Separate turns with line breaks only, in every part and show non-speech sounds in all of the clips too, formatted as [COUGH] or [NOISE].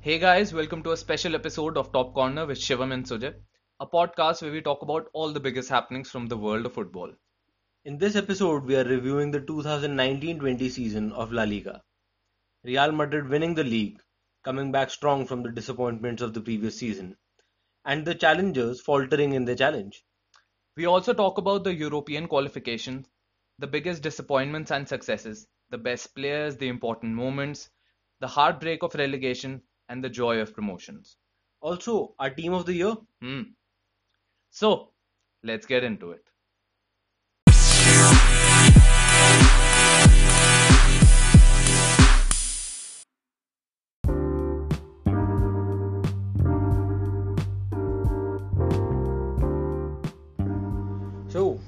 Hey guys, welcome to a special episode of Top Corner with Shivam and Sujay, a podcast where we talk about all the biggest happenings from the world of football.
In this episode, we are reviewing the 2019 20 season of La Liga. Real Madrid winning the league, coming back strong from the disappointments of the previous season, and the challengers faltering in their challenge.
We also talk about the European qualifications, the biggest disappointments and successes, the best players, the important moments, the heartbreak of relegation, and the joy of promotions.
Also, our team of the year?
Hmm. So, let's get into it.
So,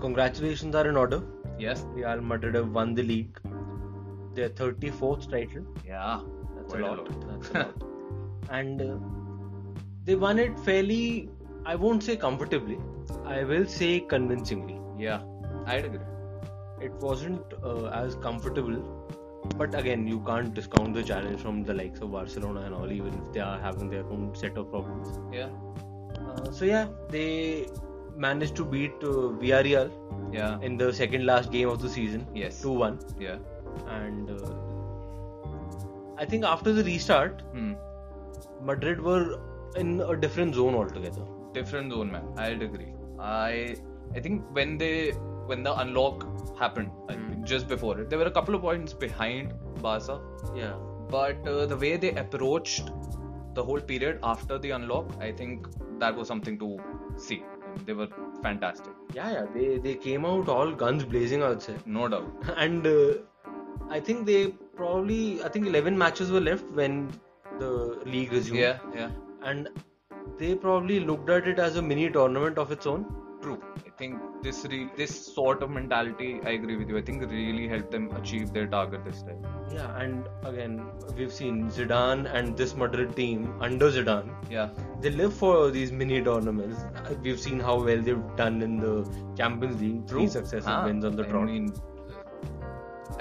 congratulations are in order.
Yes?
Real Madrid have won the league, their 34th title.
Yeah.
That's
Quite
a
a
lot.
lot.
That's
[LAUGHS]
a lot. And uh, they won it fairly, I won't say comfortably, I will say convincingly.
Yeah. I'd agree.
It wasn't uh, as comfortable, but again, you can't discount the challenge from the likes of Barcelona and all, even if they are having their own set of problems.
Yeah.
Uh, so, yeah, they managed to beat uh, Villarreal
Yeah.
in the second last game of the season
Yes.
2 1.
Yeah.
And uh, I think after the restart,
Hmm.
Madrid were in a different zone altogether.
different zone man i'd agree i i think when they when the unlock happened I
Mm.
think just before it they were a couple of points behind barca
Yeah.
but uh, the way they approached the whole period after the unlock i think that was something to see they were fantastic
Yeah, yeah. They they came out all guns blazing outside,
no doubt
[LAUGHS] and uh, I think they probably I think eleven matches were left when the league resumed.
yeah yeah
And they probably looked at it as a mini tournament of its own.
true i think this re- this sort of mentality i agree with you i think really helped them achieve their target this time
Yeah, and again we've seen Zidane and this Madrid team under Zidane.
yeah
They live for these mini tournaments. Uh, We've seen how well they've done in the Champions League. Three successive
Huh.
wins on the
Ah, I
trot.
mean,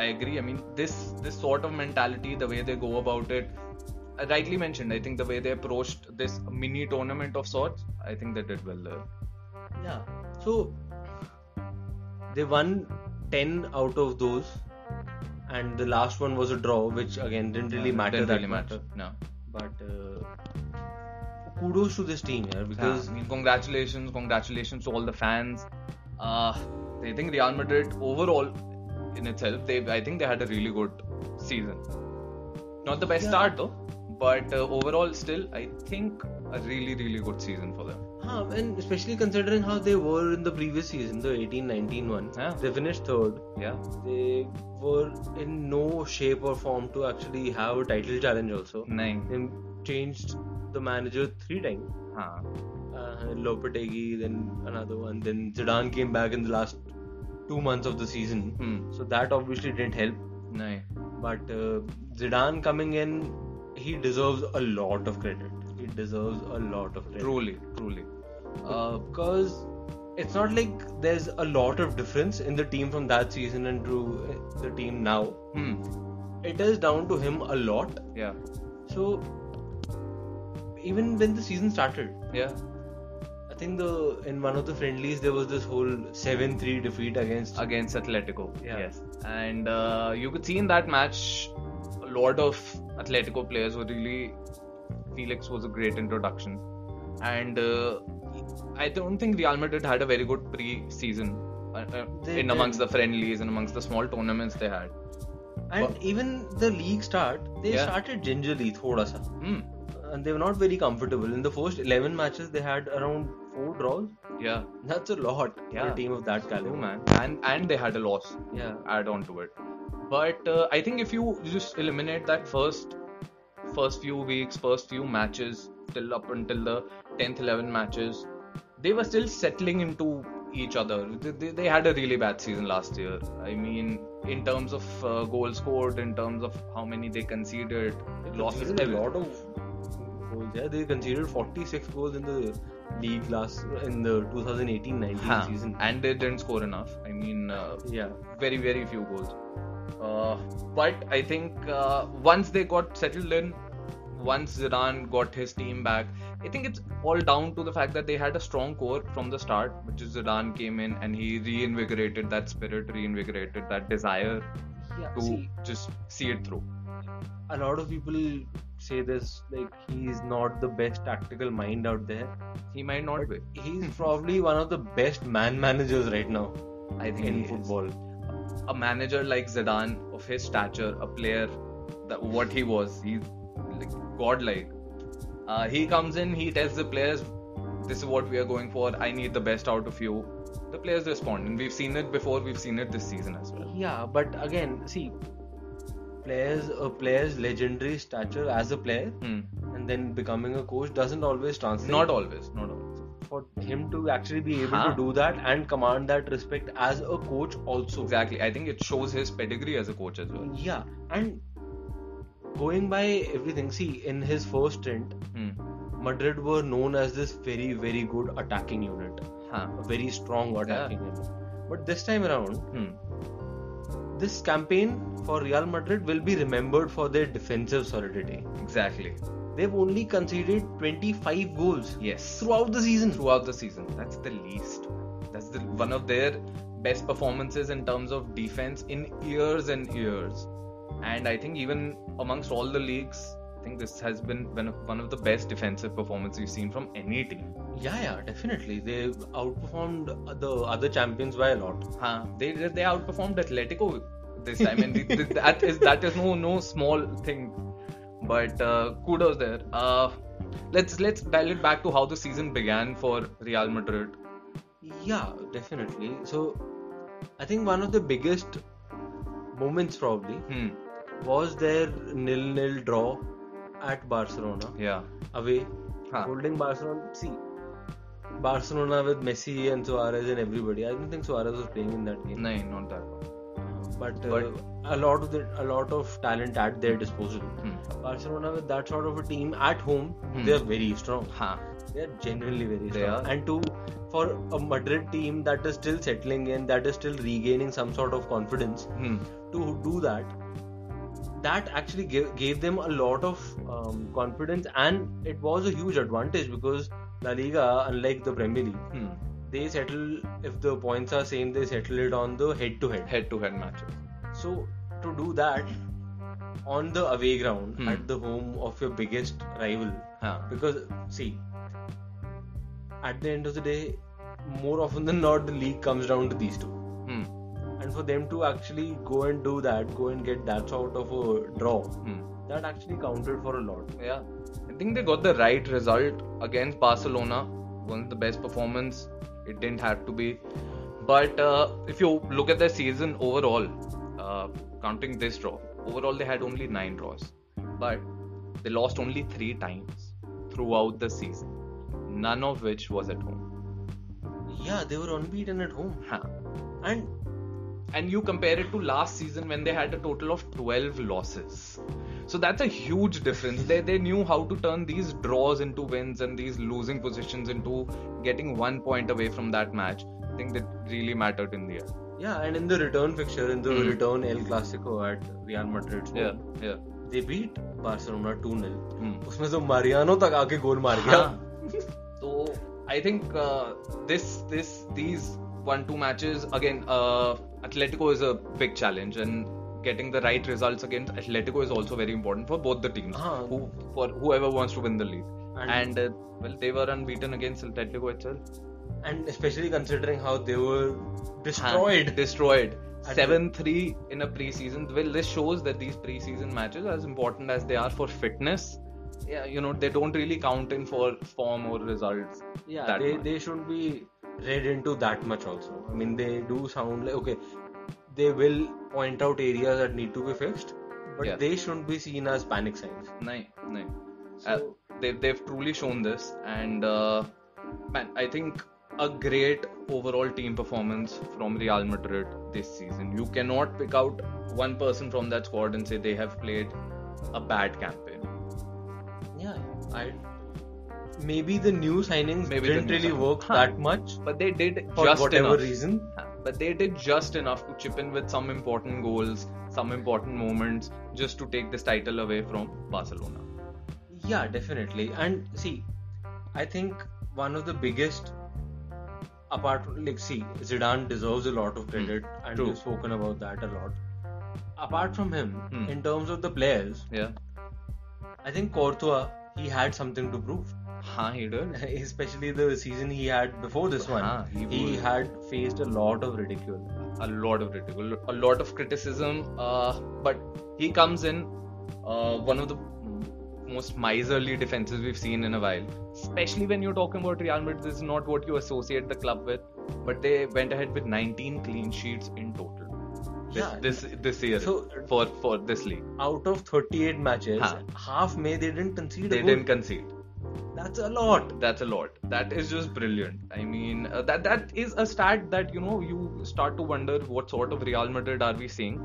I agree. I mean, this this sort of mentality, the way they go about it, I rightly mentioned. I think the way they approached this mini tournament of sorts, I think they did well. uh, there.
Yeah. So they won 10 out of those, and the last one was a draw, which again didn't really
Uh,
matter
didn't
that
really
much.
matter. No.
But uh, kudos to this team yeah, because
I mean, congratulations, congratulations to all the fans. Uh, I think Real Madrid overall, in itself, they I think they had a really good season. Not the best
Yeah.
start though, but uh, overall still, I think a really really good season for them.
Huh, and especially considering how they were in the previous season, the 18-19 one,
Yeah.
they finished third.
Yeah.
They were in no shape or form to actually have a title challenge. Also,
नहीं
they changed the manager three times.
हाँ
uh, Lopetegui, then another one, then Zidane came back in the last two months of the season.
Hmm
So that obviously didn't help.
नहीं
But uh, Zidane coming in, he deserves a lot of credit. He deserves a lot of credit.
truly truly uh,
Because it's not like there's a lot of difference in the team from that season and to uh, the team now.
hmm
It is down to him a lot.
yeah
So even when the season started,
yeah
I think the in one of the friendlies there was this whole seven three defeat against
against Atletico
Yeah.
yes and uh, you could see in that match a lot of Atletico players were really Felix was a great introduction and uh, I don't think Real Madrid had a very good pre-season uh, uh,
They
in amongst the friendlies and amongst the small tournaments they had
and even the league start they
Yeah.
started gingerly thoda sa
hmm
and they were not very comfortable in the first 11 matches they had around four draws
yeah
that's a lot for
Yeah.
a team of that
true
caliber
man and and they had a loss
Oh. yeah
add on to it. But uh, I think if you just eliminate that first first few weeks, first few matches, till up until the 10th, 11 matches, they were still settling into each other. They, they, they had a really bad season last year. I mean, in terms of uh, goals scored, in terms of how many they conceded,
They
losses,
conceded a
everything.
lot of goals yeah they conceded 46 goals in the league last in the 2018-19
Huh.
season
And they didn't score enough. I mean, uh,
yeah
very very few goals uh, but i think uh, once they got settled in once Zidane got his team back, I think it's all down to the fact that they had a strong core from the start, which is Zidane came in and he reinvigorated that spirit, reinvigorated that desire
Yeah,
to
see,
just see it through.
a lot of people say this like he's not the best tactical mind out there.
He might not be.
He's probably one of the best man managers right now
I think
in
he is.
football.
a manager like Zidane of his stature, a player that what he was, he's like godlike. Uh, he comes in, he tells the players, "This is what we are going for. I need the best out of you." The players respond, and we've seen it before. We've seen it this season as well.
Yeah, but again, see, players a player's legendary stature as a player
Hmm.
and then becoming a coach doesn't always translate.
Not always, not always.
for him to actually be able
Huh.
to do that and command that respect as a coach also.
Exactly. I think it shows his pedigree as a coach as well.
Yeah, and going by everything, see, in his first stint,
Hmm.
Madrid were known as this very, very good attacking unit,
Huh.
a very strong attacking unit. But this time around,
Hmm.
this campaign for Real Madrid will be remembered for their defensive solidity.
Exactly.
They've only conceded 25 goals
Yes.
throughout the season.
throughout the season. That's the least. That's the one of their best performances in terms of defense in years and years. And I think even amongst all the leagues, I think this has been one of, one of the best defensive performances you've seen from any team.
Yeah, yeah, definitely. They outperformed the other champions by a lot.
Huh. They they they outperformed Atletico
[LAUGHS]
this time, and th- th- that is that is no no small thing. But uh, kudos there. Uh, let's let's dial it back to how the season began for Real Madrid.
Yeah, definitely. So, I think one of the biggest moments probably
Hmm.
was their nil-nil draw at Barcelona
Yeah.
away,
Huh.
holding Barcelona. See, Barcelona with Messi and Suarez and everybody. I don't think Suarez was playing in that game,
No, not that. one.
but, uh,
But-
a lot of the, a lot of talent at their disposal.
Hmm.
Barcelona with that sort of a team at home,
Hmm.
they are very strong.
Huh.
They are genuinely very
They
strong.
are.
And to for a Madrid team that is still settling in, that is still regaining some sort of confidence,
Hmm.
to do that, that actually gave, gave them a lot of um, confidence, and it was a huge advantage because La Liga, unlike the Premier League,
Hmm.
they settle if the points are same, they settle it on the head-to-head.
Head-to-head matches.
So to do that on the away ground
Hmm.
at the home of your biggest rival,
Huh.
because see at the end of the day more often than not the league comes down to these two
Hmm.
and for them to actually go and do that go and get that sort of a draw
Hmm.
that actually counted for a lot
Yeah. I think they got the right result against Barcelona. One of the best performance. It didn't have to be. But uh, if you look at their season overall, uh, counting this draw, overall they had only nine draws. But they lost only three times throughout the season, none of which was at home.
yeah they were unbeaten at home
Huh.
and
and you compare it to last season when they had a total of 12 losses so that's a huge difference they they knew how to turn these draws into wins and these losing positions into getting one point away from that match i think that really mattered in the end
yeah and in the return fixture in the
Hmm.
return el clasico at real madrid
yeah yeah
they beat barcelona 2-0
Hmm.
उसमें तो Mariano तक आके गोल मार
[LAUGHS]
गया
हाँ। so I think uh, this this these one two matches again uh, Atletico is a big challenge and getting the right results against Atletico is also very important for both the teams
हाँ.
who, for whoever wants to win the league
Ah. And-
and, uh, well they were unbeaten against Atletico itself
and especially considering how they were
Huh.
destroyed
हाँ, destroyed
At-
7-3 in a preseason well this shows that these preseason matches are as important as they are for fitness yeah you know they don't really count in for form or results
Yeah,
that
they,
much.
they should be read into that much also. I mean, they do sound like okay, they will point out areas that need to be fixed, but
Yeah.
they shouldn't be seen as panic signs.
nahin, nahin. Uh,
So,
they've, they've truly shown this and uh, man i think a great overall team performance from real madrid this season you cannot pick out one person from that squad and say they have played a bad campaign
yeah, I maybe the new signings
Maybe the
didn't
new
really
sign-
work
Huh.
that much
but they did
for
just
whatever
enough
reason.
but they did just enough to chip in with some important goals some important moments just to take this title away from barcelona
Yeah, definitely. And see, I think one of the biggest, apart from like, see, Zidane deserves a lot of credit, and
Hmm. True.
we've spoken about that a lot. Apart from him,
Hmm.
in terms of the players,
Yeah.
I think Courtois he had something to prove, [LAUGHS]
Ha, he did.
especially the season he had before this one.
Ah, he
he
was-
had faced a lot of ridicule.
a lot of ridicule, a lot of criticism. Uh, but he comes in uh, one of the most miserly defenses we've seen in a while. Especially when you're talking about Real Madrid, this is not what you associate the club with. But they went ahead with 19 clean sheets in total this
Yeah.
this, this year
So-
for for this league.
Out of 38 matches,
Huh.
half May they didn't concede.
They
a goal.
didn't concede.
That's a lot.
That's a lot. That is just brilliant. I mean, uh, that that is a stat that you know you start to wonder what sort of Real Madrid are we seeing,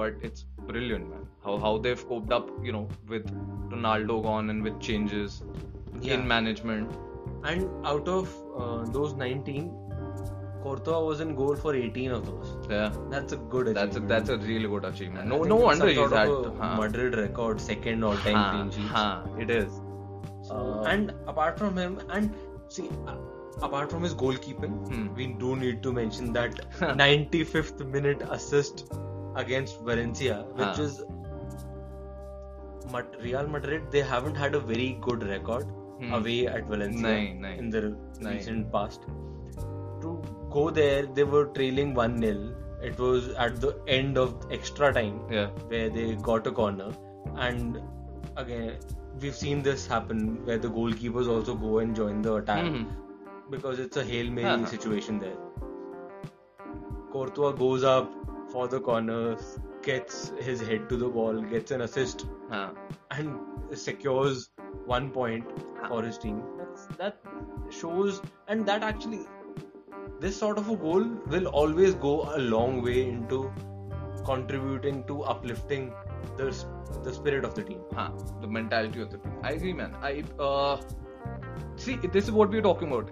but it's brilliant, man. How how they've coped up, you know, with Ronaldo gone and with changes
Yeah.
in management.
And out of uh, those 19, Courtois was in goal for 18 of those.
Yeah,
That's a good achievement.
that's a, that's a really good achievement.
I
No
think
no
it's
wonder
some
he's
sort
at
of a Madrid record, second all-time clean sheets.
it is.
Uh, and apart from him, and see, uh, apart from his goalkeeping,
Hmm.
we do need to mention that
[LAUGHS]
95th minute assist against Valencia, which
Huh.
is Mad- Real Madrid. They haven't had a very good record
Hmm.
away at Valencia
Nahin, nahin.
in the
Nahin.
recent past. To go there, they were trailing one 0 It was at the end of extra time
Yeah,
where they got a corner and again we've seen this happen where the goalkeepers also go and join the attack
Mhm.
because it's a hail mary
Uh-huh.
situation there courtois goes up for the corner gets his head to the ball gets an assist
Huh.
and secures one point for his team That's, that shows and that actually this sort of a goal will always go a long way into contributing to uplifting the s- the spirit of the team
हाँ, the mentality of the team. I agree, man. I uh, see this is what we're talking about.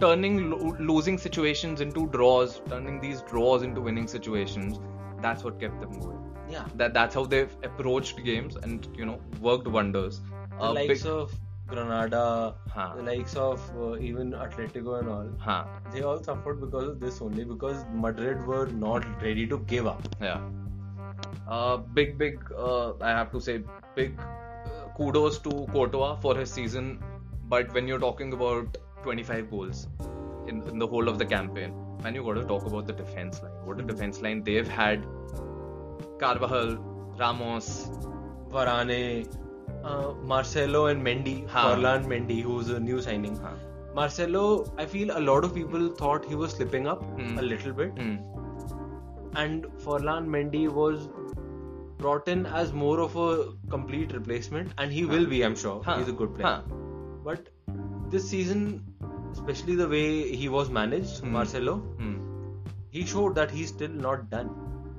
Turning lo- losing situations into draws, turning these draws into winning situations. That's what kept them going.
yeah
That that's how they've approached games and you know worked wonders.
the
Uh,
likes of granada
Huh.
the likes of uh, even atletico and all
huh,
they all suffered because of this only because madrid were not ready to give up
yeah. Uh, big big. Uh, I have to say big uh, kudos to Courtois for his season. But when you're talking about 25 goals in, in the whole of the campaign, man, you got to talk about the defense line. What a defense line they've had. Carvajal, Ramos,
varane uh, marcelo and mendy
Huh.
Forlan mendy who's a new signing
huh,
Marcelo, I feel a lot of people thought he was slipping up
Hmm.
a little bit,
hmm,
and Forlan Mendy was brought in as more of a complete replacement, and he will be, I'm sure.
huh,
He's a good player.
huh.
But this season, especially the way he was managed,
Hmm.
Marcelo,
Hmm.
he showed that he's still not done.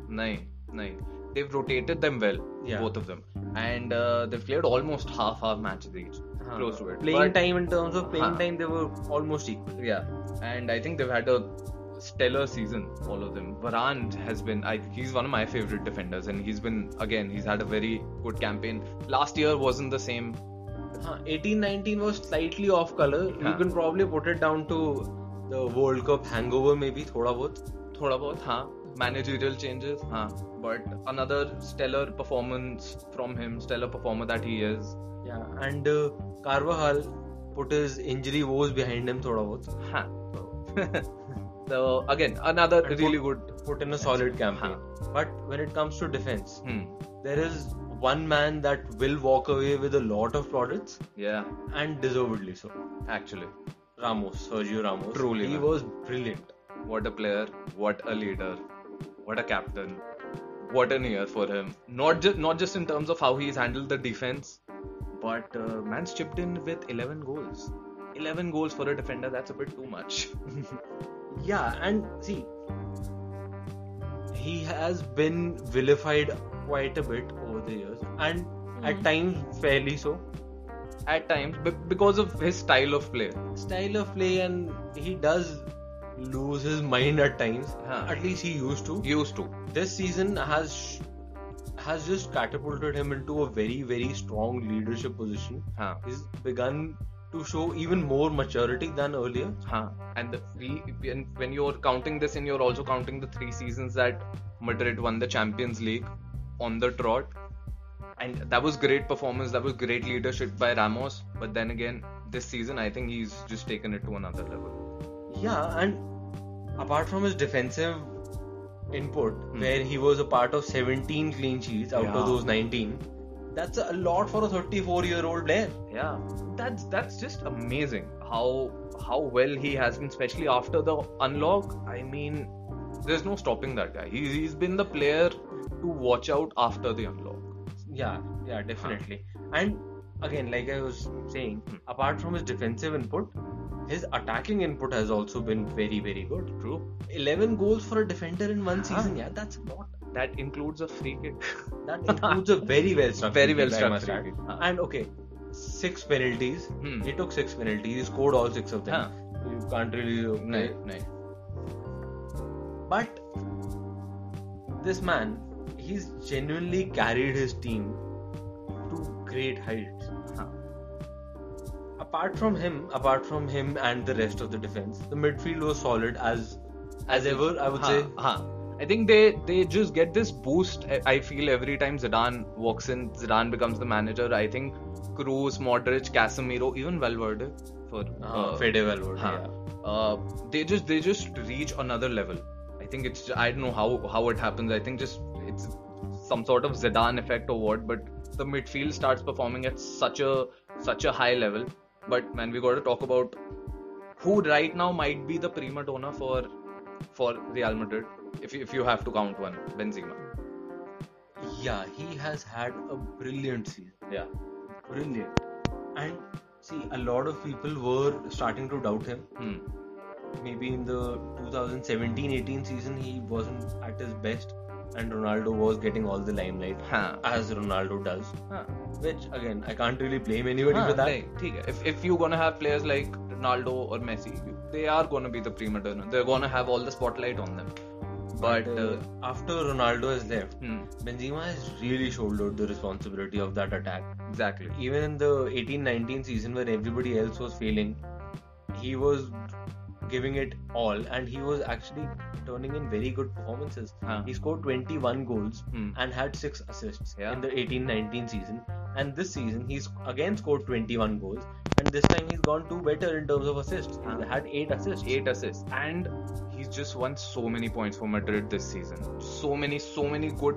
Nahin, nahin. They've rotated them well,
Yeah.
both of them. And uh, they've played almost half half matches each. Close to it.
Playing
But-
time in terms of playing
Huh.
time, they were almost equal.
Yeah, and I think they've had a stellar season, all of them. Varane has been, I, he's one of my favorite defenders, and he's been, again, he's had a very good campaign. Last year wasn't the same.
Huh, 18-19 was slightly off color. You
Huh.
can probably put it down to the World Cup hangover, maybe, thoda bahut.
Thoda bahut, huh? Managerial changes, huh? But another stellar performance from him, stellar performer that he is.
Yeah, and uh, Carvajal put his injury woes behind him thoda bahut.
Huh. so, [LAUGHS] again, another
And
really
put-
good.
Put in a solid campaign. But when it comes to defense,
Hmm.
there is one man that will walk away with a lot of plaudits
Yeah,
and deservedly so.
actually.
Ramos, Sergio Ramos.
Truly,
He
man.
was brilliant.
What a player, what a leader, what a captain, what an year for him. Not just not just in terms of how he's handled the defense, but uh, man's chipped in with 11 goals. 11 goals for a defender, that's a bit too much. [LAUGHS]
Yeah, and see, he has been vilified quite a bit over the years, and at times fairly so.
At times, be- because of his style of play.
Style of play, and he does lose his mind at times.
Huh.
At least he used to.
Used to.
This season has sh- has just catapulted him into a very, very strong leadership position.
हाँ
He's begun to show even more maturity than earlier.
हाँ and the three when, when you're counting this in you're also counting the three seasons that Madrid won the Champions League on the trot and that was great performance that was great leadership by Ramos but then again this season I think he's just taken it to another level
Yeah, and apart from his defensive input, where he was a part of 17 clean sheets out
Yeah.
of those 19, that's a lot for a 34 year old player.
yeah that's that's just amazing how how well he has been especially after the unlock I mean there's no stopping that guy he, he's been the player to watch out after the unlock
Yeah, yeah, definitely. Hmm. And again, like I was saying, apart from his defensive input, his attacking input has also been very, very good.
true
11 goals for a defender in one
Huh.
season, yeah, that's not.
that includes a free kick [LAUGHS]
That includes a very well structured,
Very well
kick, I must
structured
add.
kick. Huh.
And okay, six penalties.
Hmm.
He took six penalties. He scored all six of them.
Huh.
You can't really.
No, no.
But this man, he's genuinely carried his team to great heights.
Huh.
Apart from him, apart from him and the rest of the defense, the midfield was solid as as ever. I would
Huh,
say.
huh. I think they they just get this boost. I- I feel every time Zidane walks in, Zidane becomes the manager. I think Cruz, Modric, Casemiro, even Valverde for
Uh,
uh,
Fede Valverde.
huh.
yeah.
Uh, they just they just reach another level. I think it's I don't know how how it happens. I think just it's some sort of Zidane effect or what. But the midfield starts performing at such a such a high level. But man, we got to talk about who right now might be the prima donna for for Real Madrid. If you, if you have to count one, Benzema.
Yeah, he has had a brilliant season.
Yeah.
Brilliant. And see, a lot of people were starting to doubt him.
Hmm.
Maybe in the 2017 18 season, he wasn't at his best, and Ronaldo was getting all the limelight,
Huh.
as Ronaldo does.
Huh.
Which, again, I can't really blame anybody
हाँ,
for that.
like, ठीक है. If if you're gonna have players like Ronaldo or Messi, you- they are gonna be the prima donna. They're gonna have all the spotlight on them. But uh,
after Ronaldo has left,
hmm,
Benzema has really shouldered the responsibility of that attack.
exactly.
even in the 18-19 season when everybody else was failing he was giving it all and he was actually turning in very good performances
Huh.
he scored 21 goals
Hmm.
and had 6 assists
Yeah.
in the 18-19 season and this season he's again scored 21 goals and this time he's gone two better in terms of assists
Huh.
he had 8 assists
Eight assists, and he's just won so many points for Madrid this season. So many, so many good,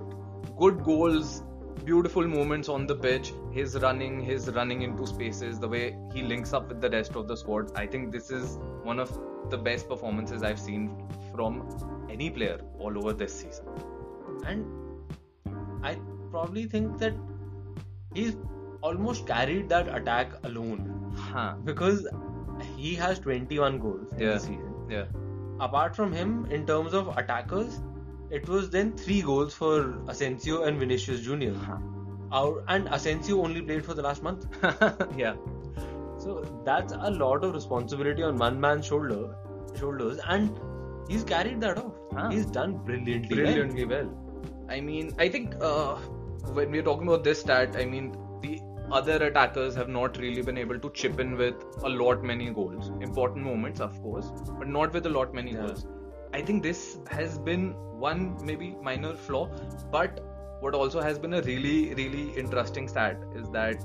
good goals, beautiful moments on the pitch. His running, his running into spaces, the way he links up with the rest of the squad. I think this is one of the best performances I've seen from any player all over this season.
and I probably think that he's almost carried that attack alone
Huh.
because he has 21 goals in
Yeah.
the season.
Yeah. [LAUGHS]
Apart from him, in terms of attackers, it was then three goals for Asensio and Vinicius Junior.
Uh-huh.
Our and Asensio only played for the last month,
yeah.
so that's a lot of responsibility on one man's shoulder, shoulders, and he's carried that off.
Huh.
He's done brilliantly.
Ah.
well.
Brilliantly well. I mean, I think uh, when we're talking about this stat, I mean, the other attackers have not really been able to chip in with a lot many goals. Important moments, of course, but not with a lot many
Yeah.
goals. I think this has been one maybe minor flaw, but what also has been a really, really interesting stat is that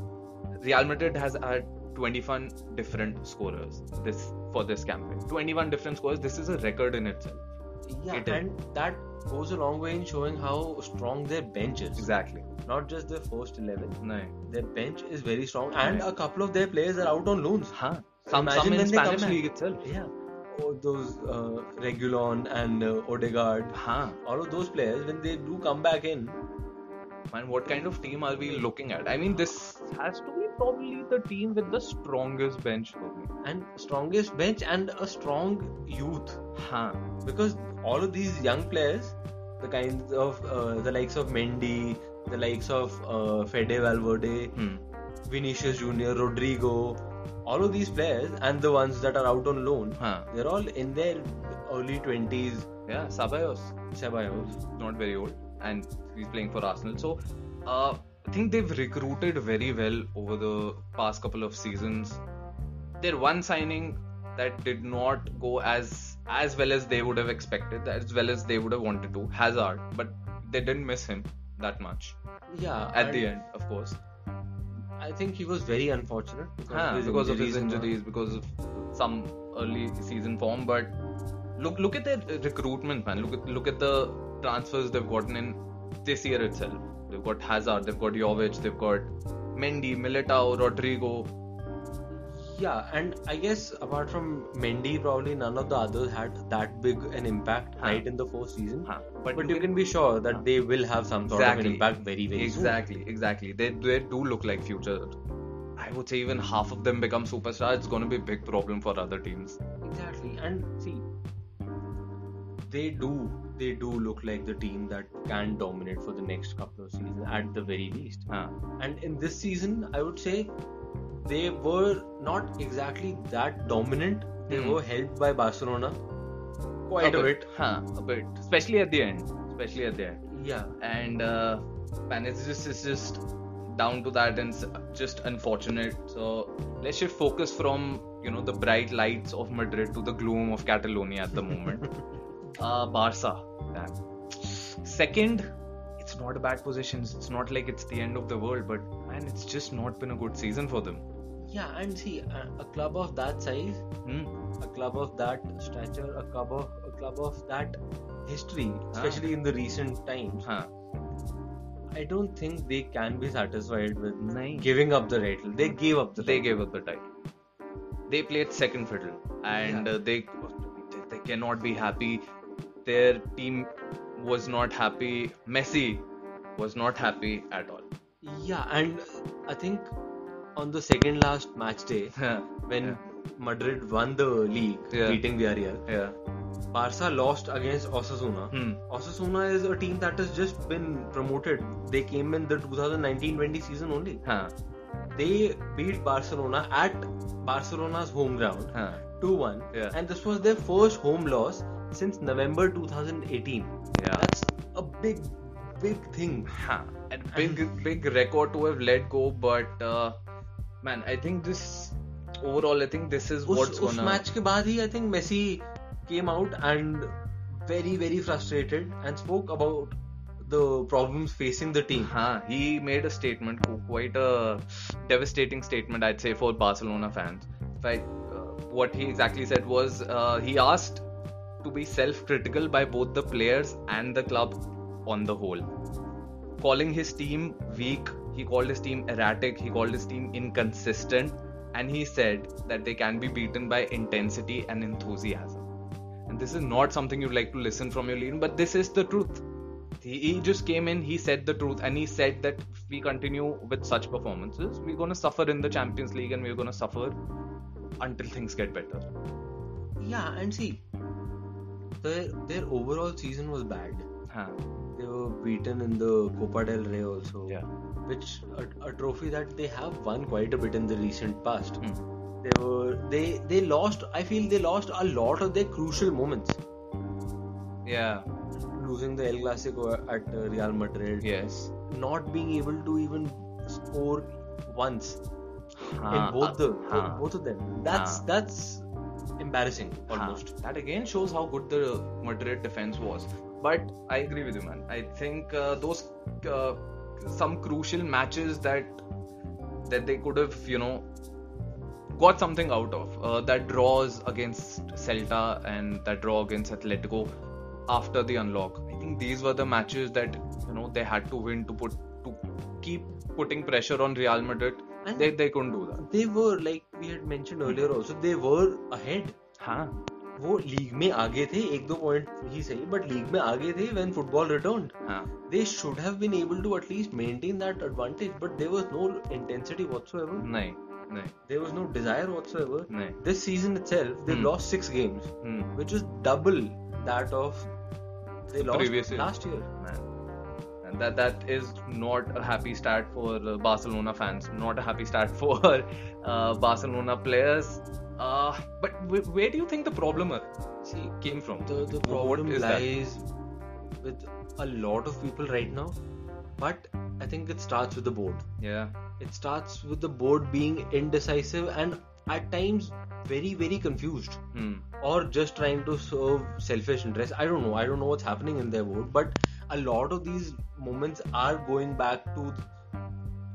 Real Madrid has had 21 different scorers this for this campaign. 21 different scorers. This is a record in itself.
Yeah,
It is.
and that goes a long way in showing how strong their bench is.
Exactly.
Not just their first eleven.
No.
Their bench is very strong, and
Right.
a couple of their players are out on loans.
Huh. Some,
Imagine
some in
when they come
Spanish
back.
league itself.
Yeah, or those uh, Regulon and uh, Odegaard,
Huh.
all of those players when they do come back in.
Man, what kind of team are we looking at? I mean, this has to be probably the team with the strongest bench for me.
And strongest bench and a strong youth
Huh.
because all of these young players, the kinds of uh, the likes of Mendy, the likes of uh, Fede Valverde,
Hmm.
Vinicius Junior, Rodrigo, all of these players and the ones that are out on loan,
Huh.
they're all in their early twenties.
Yeah, Sabayos.
Ceballos,
Not very old. and he's playing for Arsenal. So uh, I think they've recruited very well over the past couple of seasons. Their one signing that did not go as as well as they would have expected, as well as they would have wanted to, Hazard, but they didn't miss him that much
Yeah.
at the
and
end, of course.
I think he was very unfortunate because,
Huh, because of his
and all.
injuries, because of some early season form. But look, look at their uh, recruitment, man. Look at look at the transfers they've gotten in this year itself. They've got Hazard, they've got Jovic, they've got Mendy, Militao, Rodrigo.
Yeah, and I guess apart from Mendy, probably none of the others had that big an impact
Huh.
right in the first season.
Huh,
But, you can be sure that they will have some sort of an impact very, very soon.
exactly, exactly. They they do look like future. I would say even half of them become superstars. It's going to be a big problem for other teams.
Exactly. And see, they do they do look like the team that can dominate for the next couple of seasons at the very least.
Huh.
And in this season, I would say they were not exactly that dominant. They
Hmm.
were helped by Barcelona quite a bit.
Huh, a bit. Especially at the end. Especially at the end.
Yeah.
and uh, man, it's just it's just down to that and s- just unfortunate. So let's shift focus from you know the bright lights of Madrid to the gloom of Catalonia at the moment. uh, Barca, damn. second. It's not a bad position. It's not like it's the end of the world, but man, it's just not been a good season for them.
Yeah, and see, a, a club of that size,
Hmm.
a club of that stature, a club of a club of that history,
Ah.
especially in the recent times,
Huh.
I don't think they can be satisfied with
Nahin.
giving up the title. They gave up the
they
title.
gave up the title. They played second fiddle, and
Yeah.
uh, they they cannot be happy. Their team was not happy. Messi was not happy at all. [LAUGHS]
Yeah, and I think on the second last match day, when
Yeah.
Madrid won the league,
Yeah.
beating Villarreal,
yeah.
Barca lost against Osasuna.
Hmm.
Osasuna is a team that has just been promoted. They came in the 2019-20 season only.
Huh.
They beat Barcelona at Barcelona's home ground,
Huh.
2-1,
Yeah.
and this was their first home loss since November 2018.
Yeah.
That's a big, big thing.
Huh. And big big record to have let go, but uh, man, I think this overall, I think this is
उस
what's
उस
gonna.
Match के बाद ही I think Messi came out and very very frustrated and spoke about the problems facing the team
Huh. He made a statement, quite a devastating statement, I'd say, for Barcelona fans. Right? Uh, what he exactly said was uh, he asked to be self critical by both the players and the club on the whole. Calling his team weak, he called his team erratic, he called his team inconsistent, and he said that they can be beaten by intensity and enthusiasm. And this is not something you'd like to listen from your leader, but this is the truth. He, he just came in, he said the truth, and he said that if we continue with such performances, we're going to suffer in the Champions League and we're going to suffer until things get better.
Yeah and see there there overall season was bad
Huh.
They were beaten in the Copa del Rey also
Yeah.
Which a trophy that they have won quite a bit in the recent past
Hmm.
they were they they lost i feel they lost a lot of their crucial moments
Yeah.
losing the el clasico at uh, real madrid
Yes.
not being able to even score once
Huh.
in both the
Huh.
both- both of them. That's
Huh.
that's embarrassing
Huh.
almost.
That again shows how good the Madrid defense was. But I agree with you, man. I think uh, those uh, some crucial matches that that they could have, you know, got something out of uh, that draws against Celta and that draw against Atletico after the unlock. I think these were the matches that you know they had to win to put to keep putting pressure on Real Madrid.
And-
They they couldn't do that.
They were like we had mentioned earlier also. They were ahead.
Huh?
वो league में आगे थे एक दो point ही सही but league में आगे थे when football returned
Huh?
they should have been able to at least maintain that advantage but there was no intensity whatsoever
No. No.
there was no desire whatsoever
No.
this season itself they've
Hmm.
lost six games
Hmm.
which is double that of they lost
Previous year.
last year.
man. And that that is not a happy start for uh, Barcelona fans. Not a happy start [LAUGHS] for uh, Barcelona players. Uh, but wh- where do you think the problem uh,
See,
came from?
the the
What
problem
is that?
lies with a lot of people right now, but I think it starts with the board.
Yeah.
It starts with the board being indecisive and at times very, very confused
Hmm.
or just trying to serve selfish interests. I don't know. I don't know what's happening in their world, but a lot of these moments are going back to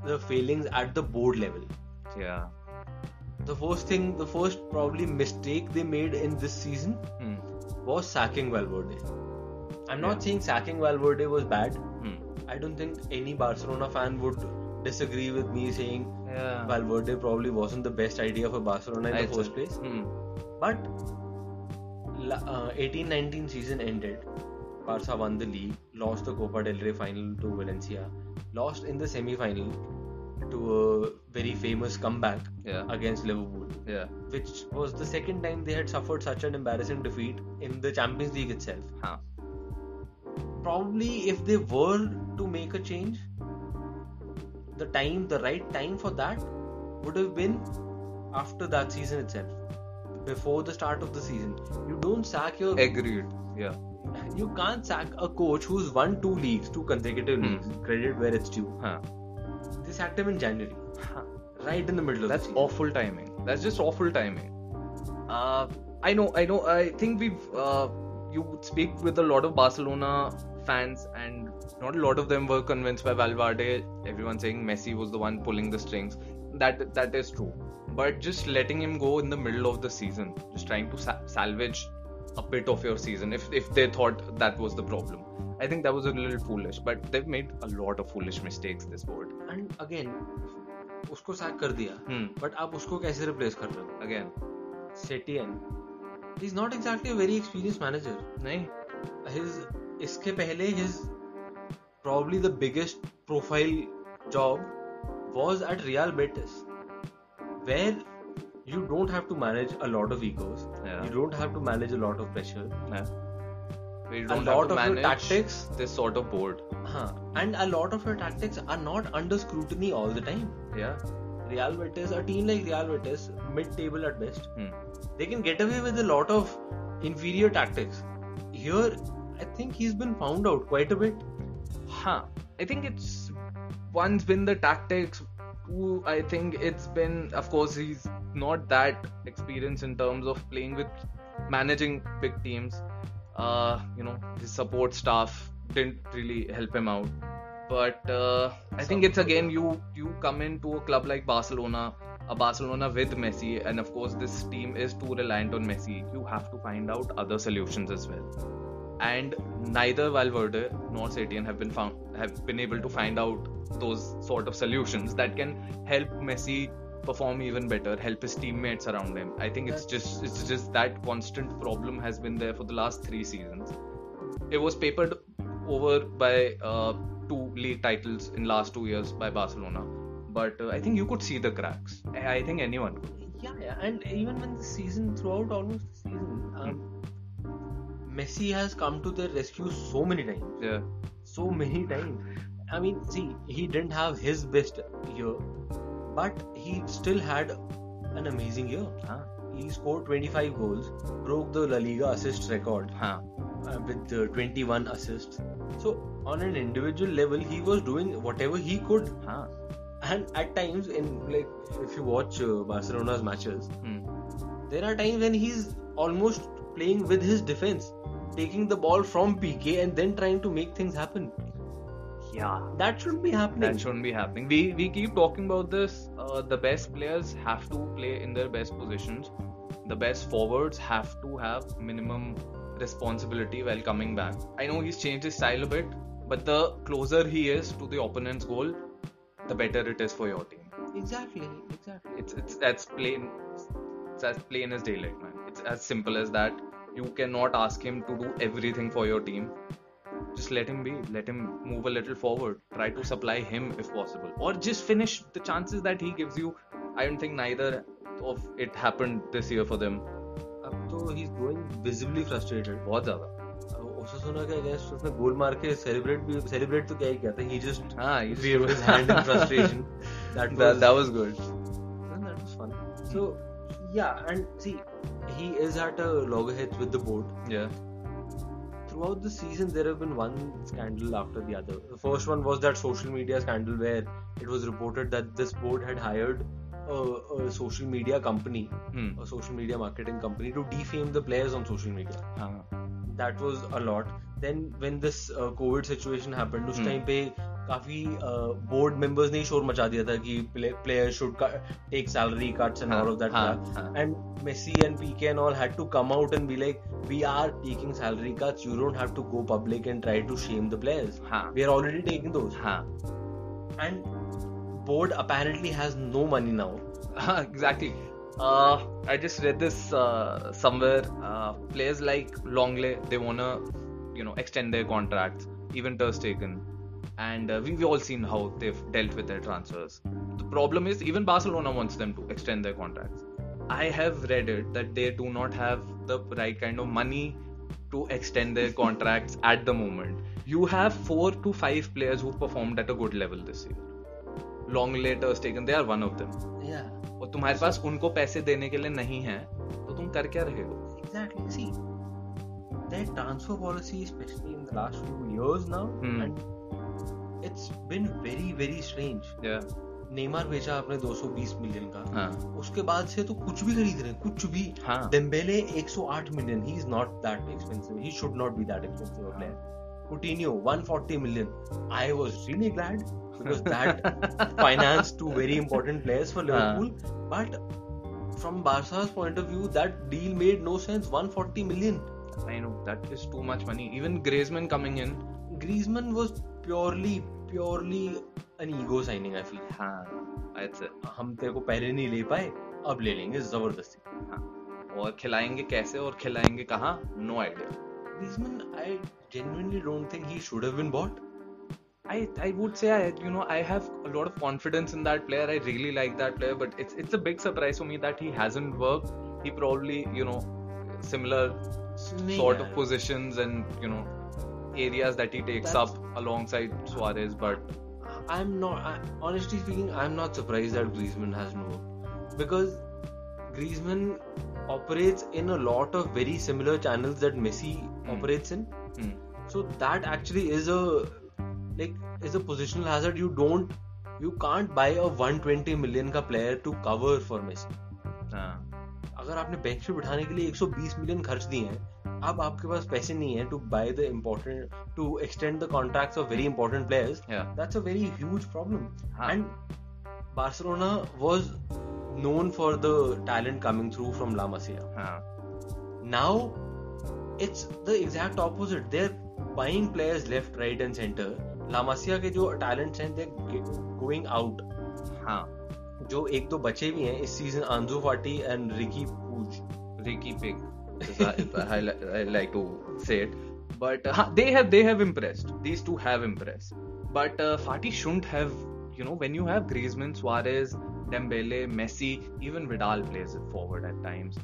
the failings at the board level.
Yeah.
The first thing, the first probably mistake they made in this season
Hmm.
was sacking Valverde. I'm
Yeah.
not saying sacking Valverde was bad.
Hmm.
I don't think any Barcelona fan would disagree with me saying
Yeah.
Valverde probably wasn't the best idea for Barcelona in the
It's-
first place.
Hmm.
But 18-19 season ended. Barca won the league, lost the Copa del Rey final to Valencia, lost in the semi-final to a very famous comeback
Yeah.
against Liverpool,
Yeah.
which was the second time they had suffered such an embarrassing defeat in the Champions League itself.
Huh.
Probably, if they were to make a change, the time, the right time for that would have been after that season itself, before the start of the season. You don't sack your
Agreed. Yeah.
you can't sack a coach who's won two leagues, two consecutive
Hmm.
leagues. Credit where it's due.
Huh.
They sacked him in January, right in the middle of
That's
the season.
awful timing. That's just awful timing. Uh, I know, I know. I think we've uh, you speak with a lot of Barcelona fans, and not a lot of them were convinced by Valverde. Everyone saying Messi was the one pulling the strings. That that is true. But just letting him go in the middle of the season, just trying to sa- salvage a bit of your season. If if they thought that was the problem, I think that was a little foolish. But they've made a lot of foolish mistakes this board.
And again, उसको sack कर दिया.
Hmm.
But आप उसको कैसे replace कर रहे
Again,
हो Setien is not exactly very experience manager
नहीं.
हिज इसके पहले his probably the biggest profile job was at Real Betis where you don't have to manage a lot of egos
Yeah.
You don't have to manage a lot of pressure
Yeah. We
a
don't have
lot
to
of your
manage
tactics
this sort of board.
हाँ and a lot of your tactics are not under scrutiny all the time
Yeah.
Real Betis, a team like Real Betis, mid-table at best,
Hmm.
they can get away with a lot of inferior tactics. Here, I think he's been found out quite a bit.
Huh. I think it's one's been the tactics. Two, I think it's been. Of course, he's not that experienced in terms of playing with managing big teams. Uh, you know, his support staff didn't really help him out. But uh, I think it's again you you come into a club like Barcelona, a Barcelona with Messi, and of course this team is too reliant on Messi. You have to find out other solutions as well. and neither Valverde nor Setien have been found have been able to find out those sort of solutions that can help Messi perform even better, help his teammates around him. I think it's just it's just that constant problem has been there for the last three seasons. It was papered over by uh, two league titles in last two years by Barcelona, but uh, I think you could see the cracks. I, I think anyone could.
Yeah, yeah, and even when the season, throughout almost the season, um, Messi has come to their rescue so many times,
Yeah,
so many times. I mean, see, he didn't have his best year, but he still had an amazing year.
huh?
He scored 25 goals, broke the La Liga assist record
Huh.
uh, with uh, 21 assists. So, on an individual level, he was doing whatever he could.
Huh.
And at times, in like if you watch uh, Barcelona's matches,
Hmm.
there are times when he's almost playing with his defense, taking the ball from PK and then trying to make things happen.
Yeah.
That should be happening.
That shouldn't be happening. We we keep talking about this. Uh, the best players have to play in their best positions. The best forwards have to have minimum responsibility while coming back. I know he's changed his style a bit, but the closer he is to the opponent's goal, the better it is for your team.
Exactly, exactly.
It's it's that's plain. It's as plain as daylight, man. It's as simple as that. You cannot ask him to do everything for your team. Just let him be. Let him move a little forward. Try to supply him if possible, or just finish the chances that he gives you. I don't think neither of it happened this year for them.
अब तो he's going visibly frustrated. Uh,
बहुत ज़्यादा.
उसने सुना क्या against उसने goal मार के सेलिब्रेट भी सेलिब्रेट तो क्या ही किया था ही
[LAUGHS]
जस्ट
हाँ, he
waved his
[LAUGHS]
hand in frustration that was
that, that was good.
then that was fun so yeah and see he is at a loggerheads with the board
Yeah.
throughout the season, there have been one scandal after the other. The first one was that social media scandal where it was reported that this board had hired a, a social media company,
Hmm.
a social media marketing company, to defame the players on social media.
हाँ,
That was a lot. Then when this uh, COVID situation happened, उस
Hmm.
time uh, पे काफी board members ने शोर मचा दिया था कि player should take salary cuts and
हाँ,
ऑल ऑफ दैट
हाँ, हाँ.
and Messi and PK and all had to come out and be like, we are taking salary cuts. You don't have to go public and try to shame the players.
हाँ,
We are already taking those.
हाँ.
And board apparently has no money now.
Huh, [LAUGHS] exactly. Uh, I just read this uh, somewhere. Uh, players like Longley, they wanna, you know, extend their contracts. Even Ter Stegen, and uh, we- we've all seen how they've dealt with their transfers. The problem is even Barcelona wants them to extend their contracts. I have read it that they do not have the right kind of money to extend their contracts at the moment. You have four to five players who performed at a good level this year. Longley, Ter Stegen, they are one of them.
Yeah,
और तुम्हारे पास उनको पैसे देने के लिए नहीं है तो तुम कर क्या रहे हो
exactly. See, their transfer policy, especially in the last few years now,
Hmm.
and it's been very, very strange.
या
नेमार बेचा आपने 220 मिलियन का
हाँ
उसके बाद से तो कुछ भी खरीद रहे हैं कुछ भी
हाँ
Dembele 108 million. He's not that expensive. He should not be that expensive a player. Coutinho 140 million. I was really glad because that financed two very important players for Liverpool. But from Barca's point of view, that deal made no sense. 140 million.
I know that is too much money. Even Griezmann coming in.
Griezmann was purely, purely an ego signing. I feel.
हाँ that's it.
हम तेरे को पहले नहीं ले पाए अब ले लेंगे जबरदस्ती
हाँ और खिलाएंगे कैसे और खिलाएंगे कहाँ no idea
Griezmann, I genuinely don't think he should have been bought.
I I would say I you know I have a lot of confidence in that player. I really like that player, but it's it's a big surprise for me that he hasn't worked. He probably you know similar
नहीं
sort
यार।
of positions and you know areas that he takes
That's-
up alongside Suarez, but
I'm not. I, honestly speaking, I'm not surprised that Griezmann has no hope because Griezmann operates in a lot of very similar channels that Messi
Hmm.
operates in.
hmm,
So that actually is a like is a positional hazard. You don't, you can't buy a 120 million का player to cover for Messi.
हाँ
अगर आपने bench पे बिठाने के लिए 120 million खर्च दिए हैं अब आपके पास पैसे नहीं है to buy the important to extend the contracts of very important players
Yeah.
That's a very huge problem
हाँ.
And Barcelona was known for the talent coming through from La Masia.
हाँ
Now it's the exact opposite. They're buying players left, right, and center. La Masia के जो talents हैं they're going out.
हाँ
जो एक दो बचे भी हैं इस season Ansu Fati and Ricky Puig
Ricky Pig. is I, if I, li- I like to say it, but uh, huh, they have they have impressed. These two have impressed, but uh, Fati shouldn't have. You know, when you have Griezmann, Suarez, Dembele, Messi, even Vidal plays it forward at times.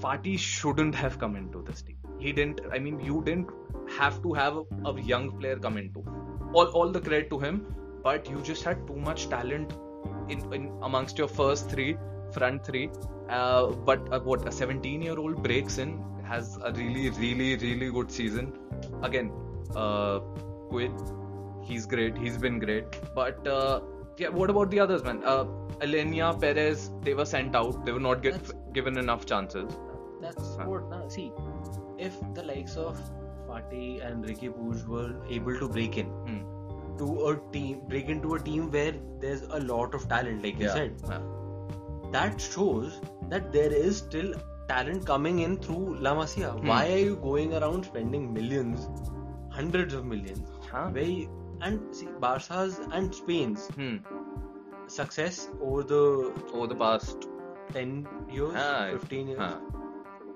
Fati shouldn't have come into this team. He didn't. I mean, you didn't have to have a, a young player come into. All all the credit to him, but you just had too much talent in, in amongst your first three front three. Uh, but uh, what a 17 year old breaks in has a really really really good season. Again, uh, quit. He's great. He's been great. But uh, yeah, what about the others, man? Uh, Elenia Perez, they were sent out. They were not get,
That's-
given enough chances.
That's
Huh.
what now see if the likes of Fati and Ricky Pooch were able to break in
Hmm.
to a team break into a team where there's a lot of talent like you said
Yeah.
that shows that there is still talent coming in through La Masia
Hmm.
why are you going around spending millions hundreds of millions
Huh?
where you- and see Barca's and Spain's
Hmm.
success over the
Over the past.
10 years
Ah,
15 years
huh.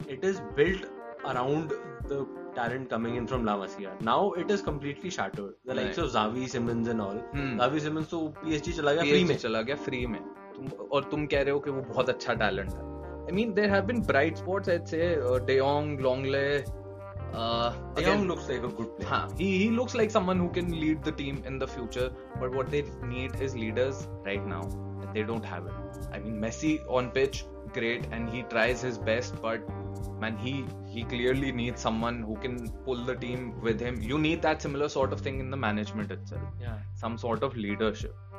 it is built around the talent coming in from La Masia. Now it is completely shattered. The likes
Right.
of Xavi Simmons and all.
Hmm.
Xavi Simmons तो PSG चला गया free
PhD
में.
चला गया free में तुम और तुम कह रहे हो कि वो बहुत अच्छा टैलेंट है I mean there have been bright spots I say डेयोंग Lenglet uh,
De Jong looks like a good player.
हाँ he he looks like someone who can lead the team in the future but what they need is leaders right now and they don't have it i mean messi on pitch great and he tries his best, but man, he he clearly needs someone who can pull the team with him. You need that similar sort of thing in the management itself,
Yeah.
some sort of leadership.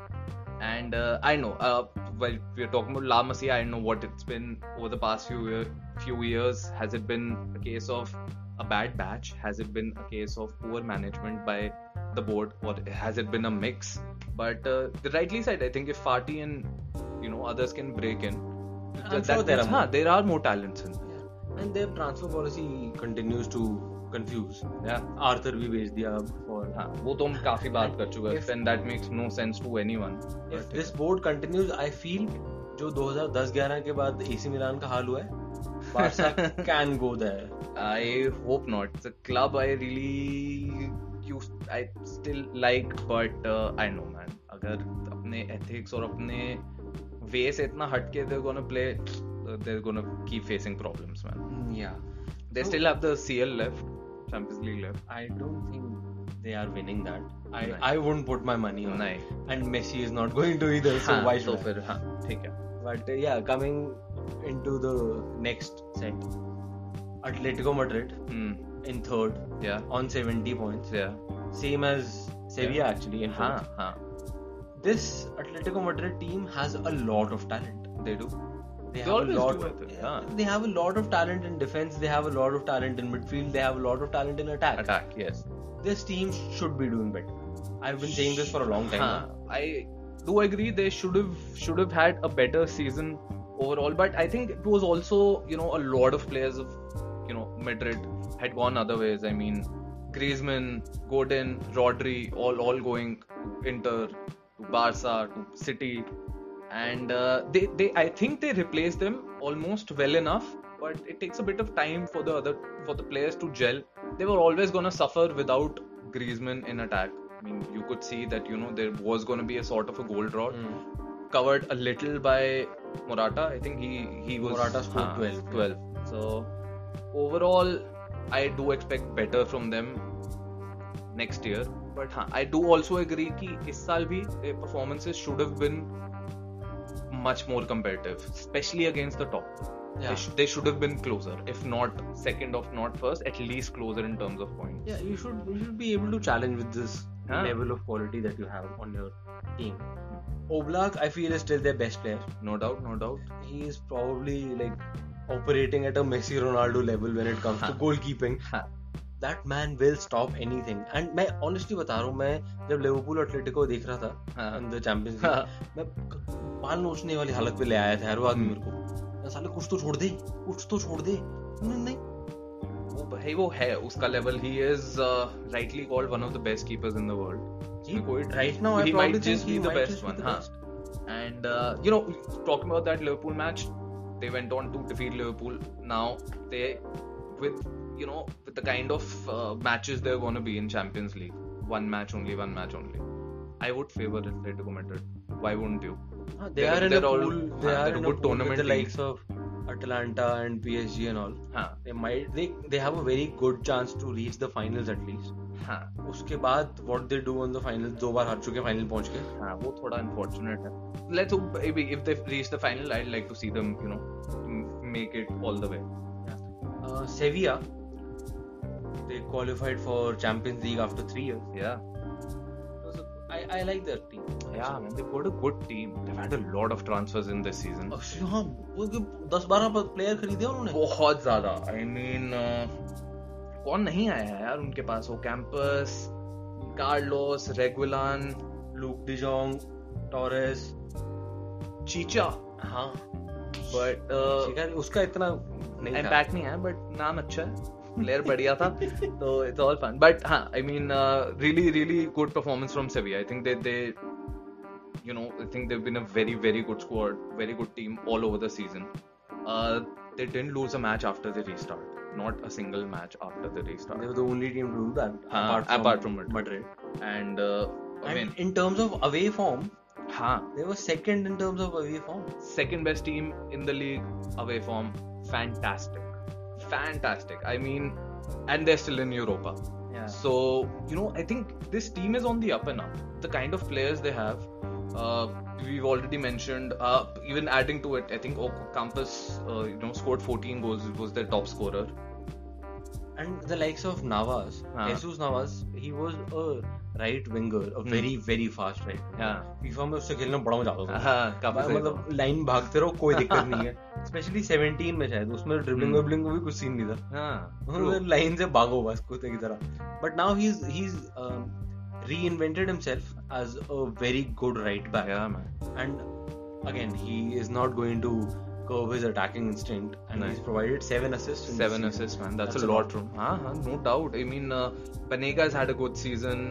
And uh, I know, uh, well, we're talking about La Masia. I know what it's been over the past few year, few years. Has it been a case of a bad batch? Has it been a case of poor management by the board, or has it been a mix? But uh, rightly said, I think if Fati and you know others can break in,
I'm sure there
means,
are
huh, there are more talents in.
And their transfer policy continues to confuse.
Yeah.
Arthur भी भेज दिया for
हाँ वो तो हम काफी बात कर चुके हैं
If-
then that makes no sense to anyone
if this board continues i feel जो 2010-11 के बाद एसी मिलान का हाल हुआ है Barca can go there
I hope not. It's a club I really used, I still like, but uh, I know man. अगर अपने ethics और अपने way से इतना हटके they're gonna play, they're gonna keep facing problems, man.
या Oh.
They still have the CL left, Champions League left.
I don't think they are winning that I
नहीं।
I wouldn't put my money on
नहीं
and Messi is not going to either so
हाँ,
why
तो
should I?
फिर हाँ ठीक है
but uh, yeah coming into the next set Atletico Madrid
hmm
in third
या
on 70 points
या
same as Sevilla
Yeah.
actually in
हाँ
fourth.
हाँ
this Atletico Madrid team has a lot of talent
they do
They
They
have a
always
lot.
do, I think.
yeah.
Yeah.
They have a lot of talent in defense. They have a lot of talent in midfield. They have a lot of talent in attack.
attack yes
This team should be doing better. I've been saying this for a long time.
Huh. I do agree they should have should have had a better season overall, but I think it was also you know a lot of players of you know Madrid had gone other ways. I mean, Griezmann, Godin, Rodri, all all going to Inter, to Barca, to City, and uh, they they I think they replaced them almost well enough. But it takes a bit of time for the other for the players to gel. They were always gonna suffer without Griezmann in attack. I mean, you could see that you know there was going to be a sort of a goal drought,
Hmm.
covered a little by Morata. I think he he was
Morata scored
हाँ,
12,
12.
yeah.
So overall, I do expect better from them next year. But हाँ, I do also agree कि इस साल भी their eh, performances should have been much more competitive, especially against the top. They,
Yeah.
sh- they should have been closer, if not second, if not first, at least closer in terms of points.
Yeah, you should you should be able to challenge with this
Huh.
level of quality that you have on your team. Oblak, I feel, is still their best player.
No doubt, no doubt.
He is probably like operating at a Messi Ronaldo level when it comes to
Huh.
goalkeeping.
हाँ,
That man will stop anything. And मैं honestly बता रहा हूँ मैं जब Liverpool Atletico देख रहा था
हाँ. [LAUGHS]
in the Champions
हाँ.
League मैं पाल नोचने वाली हालत में ले आया था हर वो
हम्म।
आदमी मेरे को साले कुछ तो छोड़ दे कुछ तो छोड़ दे नहीं नहीं
वो भाई वो है उसका लेवल ही is rightly called one of the best keepers in the world
He- right now I
हाँ। he
probably
might
think
just be
he
the
might
best
just be
one हाँ।
the
huh?
best.
and uh, you know talking about that liverpool match they went on to defeat liverpool now they with you know with the kind of uh, matches they're going to be in champions league one match only one match only i would favor atletico madrid why wouldn't you
हाँ, they
They're-
are in a
they're all-
pool
हाँ,
they are
they're good
in a pool with
tournament
the likes of Atlanta and PSG and all
हाँ
they might they they have a very good chance to reach the finals at least
हाँ
उसके बाद what they do on the finals दो बार हार चुके final पहुंच के
हाँ वो थोड़ा अनफॉर्चुनेट है let's hope maybe if they reach the final i'd like to see them you know m- make it all the way
uh, Sevilla they qualified for Champions League after three years
yeah
So, I, I like their team
Yeah, man, they've got a good team. They've had a lot of transfers in this season.
actually, हाँ वो कि 10 12 player खरीदे उन्होंने
बहुत ज्यादा I mean कौन नहीं आया है यार उनके पास वो campus Carlos रेगुलान
Luuk de Jong Torres
चीचा
हाँ
बट
शिकारी उसका इतना नहीं था
इम्पैक्ट uh, नहीं आया बट नाम अच्छा है प्लेयर बढ़िया
[LAUGHS]
था तो इट्स ऑल फन बट हाँ I mean really really good performance from Sevilla I think they they you know, I think they've been a very, very good squad, very good team all over the season. Uh, they didn't lose a match after the restart, not a single match after the
they
restart.
were the only team to do that
हाँ,
apart, from
apart from Madrid.
Madrid
And uh, I mean,
and in terms of away form
huh,
they were second in terms of away form
second best team in the league away from fantastic, fantastic. I mean, and they're still in Europa.
yeah
So, you know, I think this team is on the up and up. The kind of players they have, Uh, we've already mentioned, uh, even adding to it, I think O- Campus, uh, you know, scored 14 goals, was their top scorer.
And the likes of Navas,
Ah. Hmm.
Jesus Navas, he was a right winger, a very very fast right.
[LAUGHS] Yeah.
FIFA में उससे खेलना बड़ा मजा आता था
हाँ, काफी सही
मतलब लाइन भागते रहो कोई दिक्कत नहीं
[LAUGHS]
है स्पेशली 17 में शायद उसमें ड्रिबलिंग
हम्म।
वबलिंग का भी कुछ सीन नहीं था
हाँ, Hmm. true.
मतलब लाइन से भागो बस कुत्ते की तरह but now he is he is um, reinvented himself as a very good right back
Yeah, man.
and again he is not going to curb his attacking instinct and
No.
he's provided seven assists in this
Seven
season.
assists, man. That's,
That's
a
a
lot. from. Ah, ah, no doubt. I mean, uh, Panega's had a good season.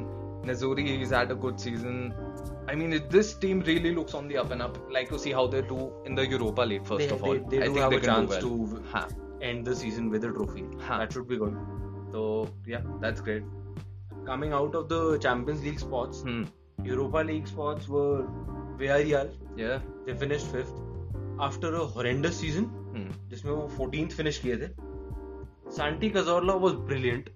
Nazuri has had a good season. I mean, it, this team really looks on the up and up. Like to see how they do in the Europa League first
They-
of all.
they- they
I
do
think
have
they
a
can
chance
do well.
to-
Ha.
end the season with a trophy
Huh.
that should be good
So yeah, that's great.
coming out of the Champions League spots
Hmm.
Europa League spots were Villarreal
Yeah.
they finished fifth after a horrendous season
Hmm.
जिसमें वो 14th finish किए थे Santi Cazorla was brilliant.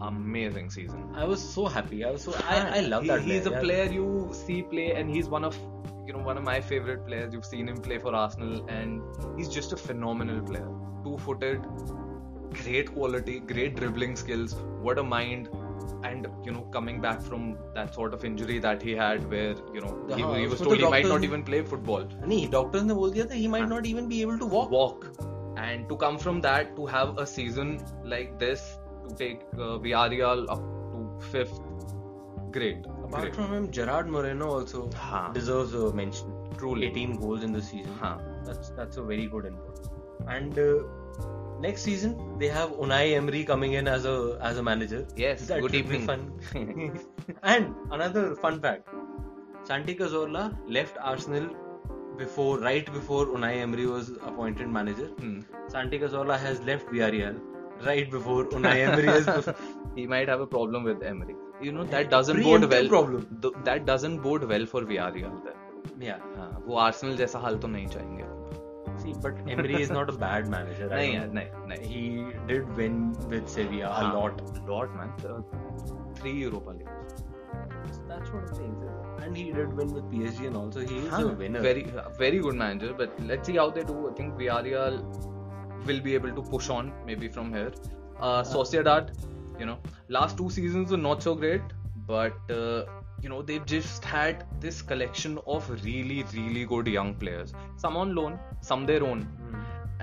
Amazing season.
I was so happy. I was so I, I love
Ah, He-
that.
He's a
yeah.
player you see play, and he's one of you know one of my favorite players. You've seen him play for Arsenal, and he's just a phenomenal player. Two-footed, great quality, great dribbling skills. What a mind! And you know, coming back from that sort of injury that he had, where you know he,
हाँ,
he was
उसको
told
तो
he might
Uh-huh. doctors-
not even play football,
नहीं doctors ने बोल दिया था he might
हाँ.
Not even be able to walk
walk, and to come from that to have a season like this to take uh, Villarreal up to fifth, great,
apart
great,
from him Gerard Moreno also
हाँ.
Deserves a mention
truly.
18 goals in the season
Huh.
that's that's a very good input and uh, next season they have Unai Emery coming in as a as a manager
Yes,
that
good
should be
evening. [LAUGHS]
fun. and another fun fact Santi Cazorla left Arsenal before right before Unai Emery was appointed manager
Hmm.
Santi Cazorla has left Villarreal right before Unai Emery is
[LAUGHS] he might have a problem with Emery. You know that doesn't bode
Preemptive
well.
problem.
th- that doesn't bode well for Villarreal. Then.
yeah
हाँ, वो Arsenal जैसा हाल तो नहीं चाहेंगे
see but Emery is not a bad manager I
नहीं
don't
यार
know.
नहीं नहीं हाँ।
he did win with Sevilla a lot
lot man three Europa League
That's what I'm saying. And he did win with PSG, and also he is a winner.
very very good manager but let's see how they do i think Villarreal will be able to push on maybe from here uh, Sociedad you know last two seasons were not so great but uh, you know they've just had this collection of really really good young players some on loan some their own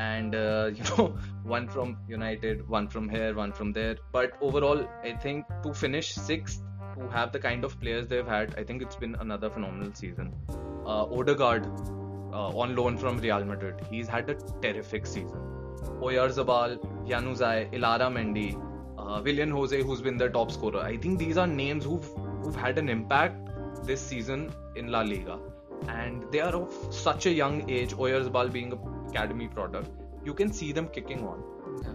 and uh, [LAUGHS] you know one from united one from here one from there but overall i think to finish sixth to have the kind of players they've had i think it's been another phenomenal season uh, odegaard uh, on loan from real madrid he's had a terrific season oyarzabal yanuzai ilara mendy uh, william jose who's been the top scorer i think these are names who've who've had an impact this season in la liga and they are of such a young age. Oyarzabal being a academy product, you can see them kicking on.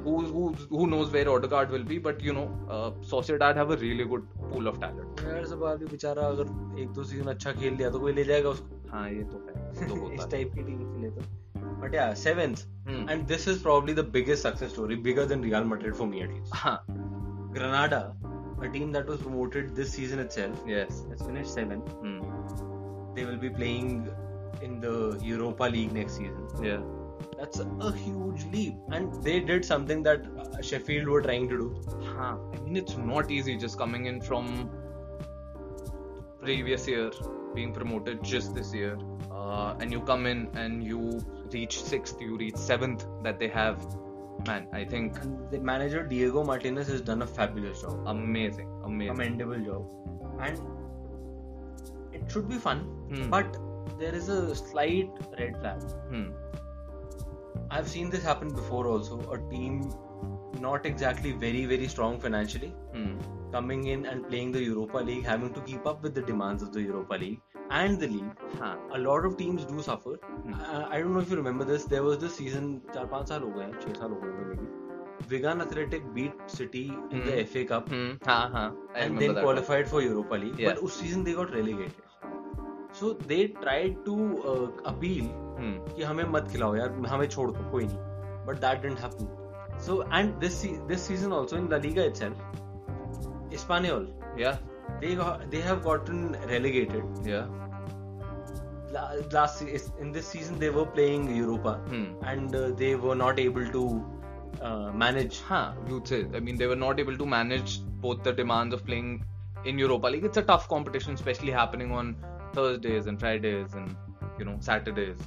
Who, who, who knows where Odegaard will be, but you know, uh, Sociedad have a really good pool of talent.
सवाल भी बेचारा अगर एक दो season अच्छा खेल लिया तो कोई ले जाएगा उसको
हाँ ये तो है ये [LAUGHS] तो होता
इस
है
टाइप की टीम के लिए तो बट या seventh
Hmm.
And this is probably the biggest success story bigger than Real Madrid for me at least
हाँ
Granada a team that was promoted this season itself
yes
has finished seventh
Hmm.
they will be playing in the Europa League next season
yeah
that's a huge leap and they did something that uh, Sheffield were trying to do
हाँ I mean it's not easy just coming in from previous year being promoted just this year uh, and you come in and you reach sixth you reach seventh that they have man I think
and the manager Diego Martinez has done a fabulous job
amazing amazing
commendable job and it should be fun
Hmm.
but there is a slight red flag
Hmm.
I've seen this happen before also a team not exactly very very strong financially
Hmm.
coming in and playing the Europa League having to keep up with the demands of the Europa League and the league
हाँ
a lot of teams do suffer.
Hmm.
I, I don't know if you remember this. There was this season, चार पांच साल हो गए हैं, छह साल हो गए होंगे maybe. Wigan Athletic beat City in the
Hmm.
FA Cup
Hmm. हाँ हाँ I
and
remember
then
that
qualified for Europa League.
Yeah.
But उस season they got relegated. So they tried to uh, appeal
one. Hmm.
कि हमें मत खिलाओ यार हमें छोड़ दो कोई नहीं but that didn't happen so and this this season also in La Liga itself Espanyol
Yeah.
they got, they have gotten relegated
Yeah.
la- last se- is- in this season they were playing Europa
Hmm.
and uh, they were not able to uh, manage.
Huh, you'd say. I mean, they were not able to manage both the demands of playing in Europa League. It's a tough competition, especially happening on Thursdays and Fridays and you know Saturdays.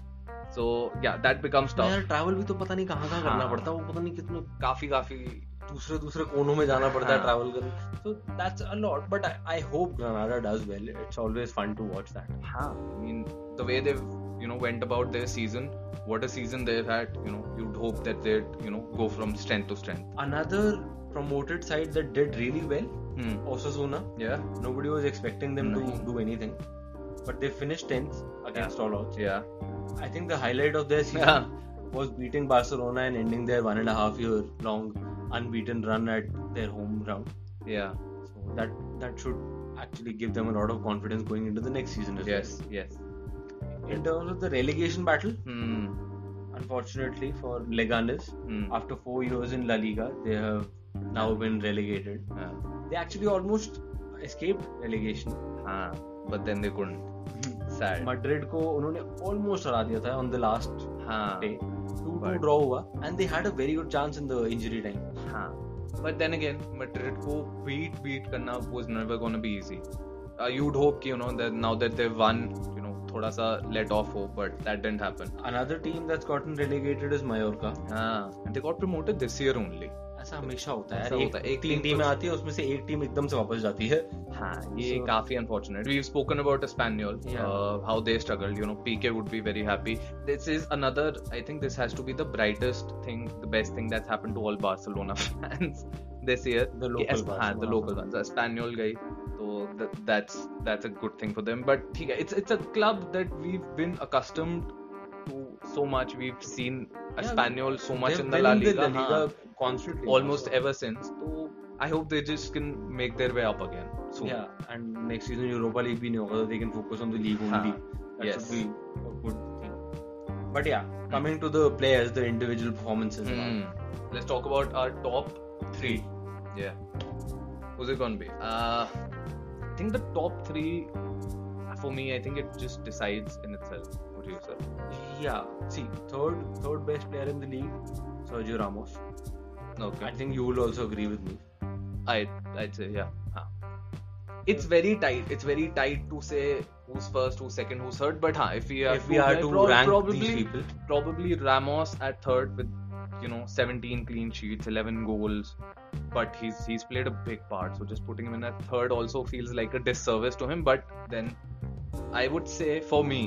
So yeah, that becomes
यार
tough.
Travel भी तो पता नहीं कहाँ कहाँ करना
हाँ।
पड़ता है वो पता नहीं कितने
काफी काफी
दूसरे दूसरे कोनों में जाना पड़ता है
हाँ। Hmm.
ट्रैवल करने so that's a lot but I hope Granada does well it's always fun to watch that
huh. I mean, the way they've you know went about their season, what a season they've had. You know, you'd hope that they'd you know go from strength to strength.
another promoted side that did really well,
Hmm.
Osasuna.
Yeah.
Nobody was expecting them
No.
to do anything, but they finished 10th against all odds.
Hmm. Yeah.
I think the highlight of their season
Yeah.
was beating Barcelona and ending their one and a half year long unbeaten run at their home ground.
Yeah.
So that that should actually give them a lot of confidence going into the next season as
Yes. Yes.
well. In terms of the relegation battle,
Hmm.
unfortunately for Leganes,
Hmm.
after four years in La Liga, they have now been relegated.
Yeah.
they actually almost escaped relegation
Huh. But then they couldn't. Sad.
Madrid को उन्होंने almost हरा दिया था on the last
Huh.
day two two
But-
draw हुआ and they had a very good chance in the injury time
हाँ but then again Madrid को beat beat करना was never gonna be easy you would hope Uh, कि you know that now that they won you know थोड़ा सा let off हो but that didn't happen
another team that's gotten relegated is Mallorca
हां and they got promoted this year only
ऐसा हमेशा होता है
ऐसा
यार,
होता है, एक
तीन
team
टीमें
कुछ-
आती है उसमें से एक टीम एकदम से वापस जाती है
हाँ ये
So-
काफी unfortunate we spoken about Espanyol
Yeah.
How they struggle you know PK would be very happy this is another I think this has to be the brightest thing the best thing that's happened to all [LAUGHS] Barcelona fans this year
The local
हाँ the
Barcelona
local
fans.
Fans Espanyol गई तो that's that's a good thing for them but ठीक है it's it's a club that we been accustomed to so much we seen
Yeah,
Espanyol so much
They've
in the
been
La
in the
Liga
La Liga हाँ, constantly
almost
also.
Ever since तो I hope they just can make their way up again so
yeah and next season Europa League भी नहीं होगा so they can focus on the league
हाँ.
only that
Yes.
should be a good thing Hmm. but yeah coming to the players the individual performances now.
Mm. Let's talk about our top three. Yeah. Who's it gonna be? Uh, I think the top three, for me, I think it just decides in itself. What do you say?
Hmm. Yeah, see, third third best player in the league, Sergio Ramos. I
Okay.
think you will also agree with me.
I I'd say yeah. Huh. It's very tight. It's very tight to say who's first, who's second, who's third. But huh, if we have
if we are
I
to
prob-
rank
probably,
these people,
probably Ramos at third with you know 17 clean sheets, 11 goals, but he's he's played a big part. So just putting him in at third also feels like a disservice to him. But then I would say for me,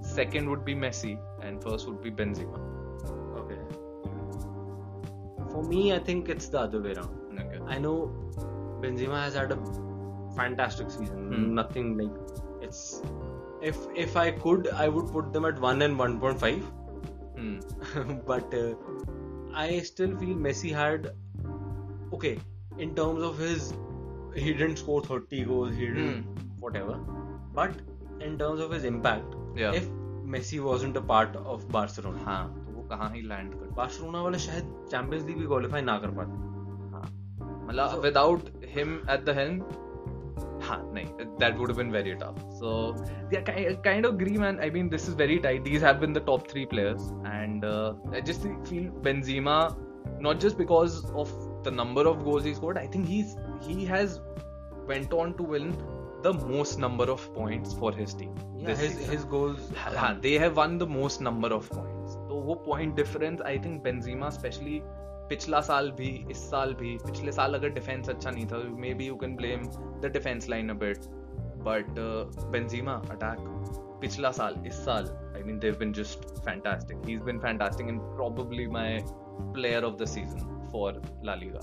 second would be Messi and first would be Benzema.
okay. For me, I think it's the other way around.
Okay.
I know Benzema has had a fantastic season.
Hmm.
Nothing like it's. If if I could, I would put them at one and one point five. [LAUGHS]
Hmm.
but uh, I still feel Messi had okay in terms of his he didn't score 30 goals he didn't
Hmm.
whatever but in terms of his impact
Yeah.
if Messi wasn't a part of Barcelona
हाँ तो वो कहाँ ही land कर
Barcelona वाले शायद champions league भी qualify ना कर पाते
मतलब
So-
without him at the helm हाँ नहीं that would been very tough so kind of green man I mean this is very tight these have been the top three players and I just feel Benzema not just because of the number of goals he scored I think he's he has went on to win the most number of points for his team
yeah,
this
his
season.
his goals
हाँ they have won the most number of points तो वो point difference I think Benzema specially पिछला साल भी इस साल भी पिछले साल अगर डिफेंस अच्छा नहीं था may be you can blame the defence line a bit but Benzema attack uh, पिछला साल इस साल I mean they've been just fantastic he is been fantastic and probably my player of the season for La Liga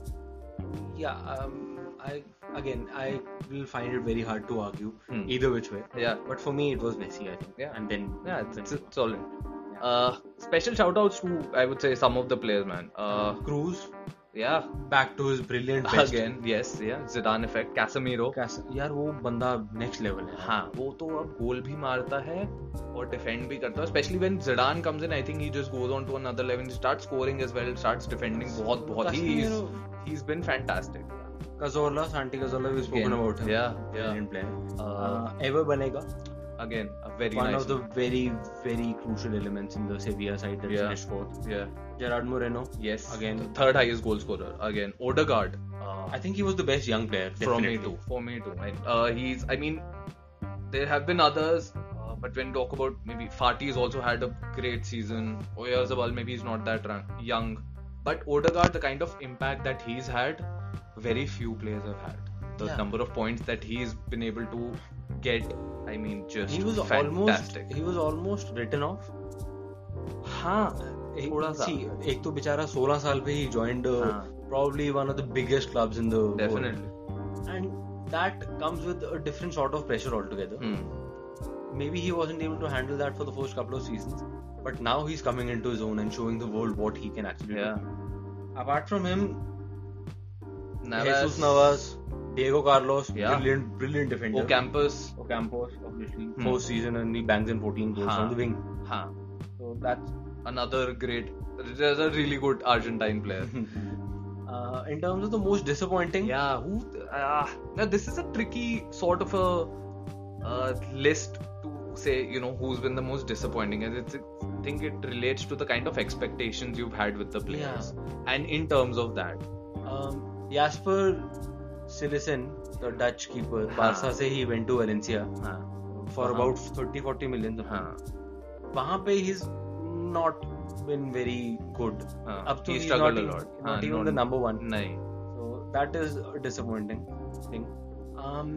yeah um, I again I will find it very hard to argue
Hmm.
either which way
yeah
but for me it was Messi I think
Yeah.
and then
Yeah, it's, it's,
Benzema.
it's all right. Uh, special shout outs to, I would say, some of the players, man. Uh,
Cruz
yeah,
back to his brilliant best.
Again yes yeah Zidane effect Casemiro
कैसे यार वो बंदा next level है
हाँ वो तो अब गोल भी मारता है और डिफेंड भी करता है specially when Zidane comes in I think he just goes on to another level start scoring as well starts defending बहुत बहुत ही
Casemiro.
He is been fantastic
Cazorla Santi Cazorla we spoken
Again,
about him
yeah, yeah.
brilliant player ever बनेगा
again अब Uh, very
Uh, one
nice.
of the very, very crucial elements in the Sevilla side that
Yeah.
finished fourth.
yeah.
Gerard Moreno.
Yes.
Again.
the third highest goal scorer. Again, Odegaard. Uh,
I think he was the best young player
from me
definitely.
too. For me too. And, uh, he's. I mean, there have been others, uh, but when talk about maybe Fati's also had a great season. Oyarzabal maybe he's not that rank, young, but Odegaard the kind of impact that he's had, very few players have had. The
Yeah.
number of points that he's been able to get, I mean, just
He was
fantastic.
almost he was almost written off.
हाँ थोड़ा सा
See, एक तो बेचारा 16 साल पे ही joined uh,
हाँ.
probably one of the biggest clubs in the world.
definitely
and that comes with a different sort of pressure altogether.
Hmm.
Maybe he wasn't able to handle that for the first couple of seasons, but now he's coming into his own and showing the world what he can actually
yeah
do. Apart from him,
Navas,
Jesus Navas, Diego Carlos,
Yeah.
brilliant, brilliant defender.
Ocampos
Ocampos, obviously,
Hmm.
fourth season and he bangs in 14 goals
Huh.
on the wing.
हाँ
So that's
another great there's a really good Argentine player
uh, in terms of the most disappointing.
Hmm. yeah who ah now this is a tricky sort of a uh, list to say you know who's been the most disappointing and it's, it's I think it relates to the kind of expectations you've had with the players and in terms of that
Um, Jasper Silicen, the Dutch keeper,
Huh.
Barca से he went to Valencia.
हाँ
for
Uh-huh.
about 30 40 million
हाँ
वहां पे he's not been very good
हाँ,
up to
he
he's
struggled
not,
a
even-
lot.
not
हाँ,
even
not-
the number one
नहीं
so that is a disappointing thing um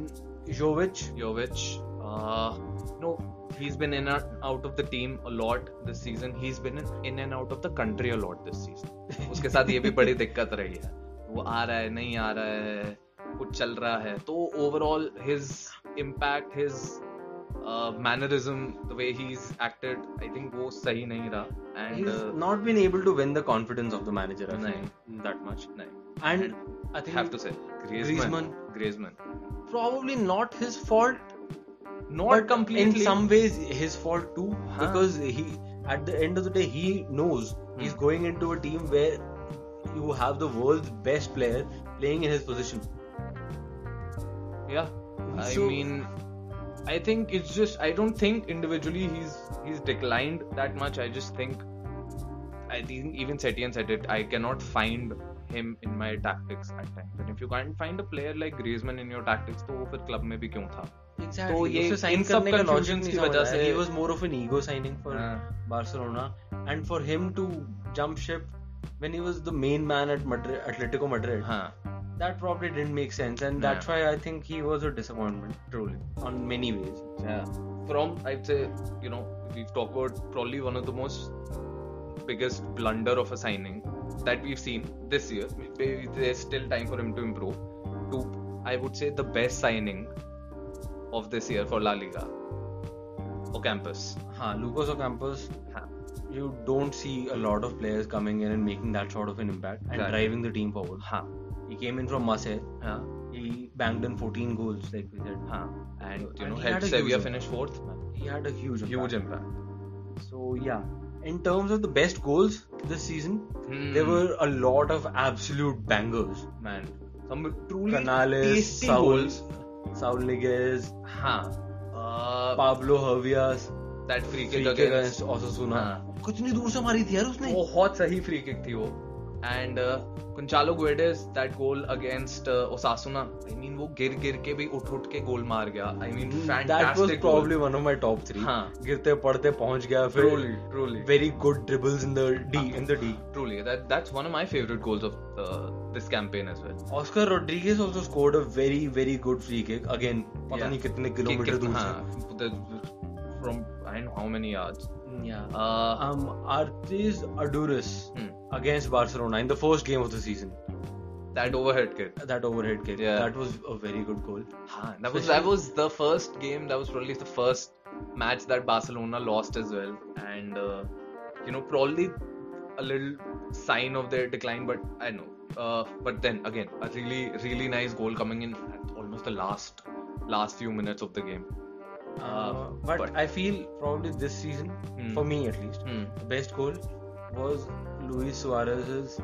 Jovic
Jovic, uh, no, he's been in and out of the team a lot this season. He's been in, in and out of the country a lot this season. उसके साथ ये भी बड़ी दिक्कत रही है वो आ रहा है नहीं आ रहा है कुछ चल रहा है तो overall his impact his mannerism the way he is acted I think वो सही नहीं रहा and
he's not been able to win the confidence of the manager I
uh, नहीं
think.
दैट मच नहीं
and I think
have to say Griezmann
Griezmann.
Griezmann
probably not his fault
not
but in
completely
some ways his fault too
Huh.
because he at the end of the day he knows he's
Hmm.
going into a team where you have the world's best player playing in his position
Yeah. I
So-
mean, I think it's just I don't think individually he's he's declined that much. I just think I think even Setien said it. I cannot find him in my tactics at times. And if you can't find a player like Griezmann in your tactics, तो वो फिर club में भी क्यों था?
Exactly.
तो ये
उसे sign
इन सब
करने का logic
confusions
नहीं
की
समझ
वजह
आया।
से-
He was more of an ego signing for
हाँ.
Barcelona, and for him to jump ship when he was the main man at Madrid, Atletico Madrid,
हाँ.
that probably didn't make sense, and that's
Yeah.
why I think he was a disappointment truly on many ways.
Yeah. From I'd say you know we've talked about probably one of the most biggest blunder of a signing that we've seen this year. Maybe there's still time for him to improve. To I would say the best signing of this year for La Liga. Ocampus.
हाँ, Lucas Ocampos,
हाँ।
you don't see a lot of players coming in and making that sort of an impact and
Exactly.
driving the team forward.
Ha.
He came in from Marseille.
Ha.
He banged in 14 goals, like we said.
Ha. And you
And
know
he
helped
had a huge
Sevilla
impact.
finish fourth.
He had a huge impact.
Huge impact.
So yeah, in terms of the best goals this season,
Hmm.
there were a lot of absolute bangers.
man. Some truly
Canales,
tasty
Saul,
goals.
Saul Niguez,
Ha. Uh,
Pablo Hervias,
that free kick
free kick
against Oh,
against Osasuna.
हाँ।
कितनी दूर से मारी थी यार उसने
बहुत सही फ्री किक थी वो and कुंचालो Guedes that goal against uh, Osasuna I mean वो गिर गिर के भी उठ उठ के गोल मार गया I mean
Mm, That was
fantastic
probably one of my top three.
हाँ।
गिरते पड़ते पहुंच गया फिर
Truly, truly. हाँ.
very good dribbles in the D in the D.
truly that that's one of my favorite goals of uh, this campaign as well
Oscar Rodriguez also scored a very very good free kick again. पता
Yeah.
नहीं कितने
कि-
kilometre
कि-
दूर
हाँ,
से.
the- from I don't know how many yards
Yeah.
uh,
um, Artis Aduris
Hmm.
against Barcelona in the first game of the season.
that overhead kick
That overhead kick,
Yeah.
that was a very good goal.
Huh, that was that was the first game. That was probably the first match that Barcelona lost as well, and uh, you know probably a little sign of their decline. But I know. Uh, but then again, a really really nice goal coming in at almost the last last few minutes of the game.
Uh,
Uh,
but,
but-
I feel probably this season,
Hmm.
for me at least,
Hmm.
the best goal was Luis Suarez's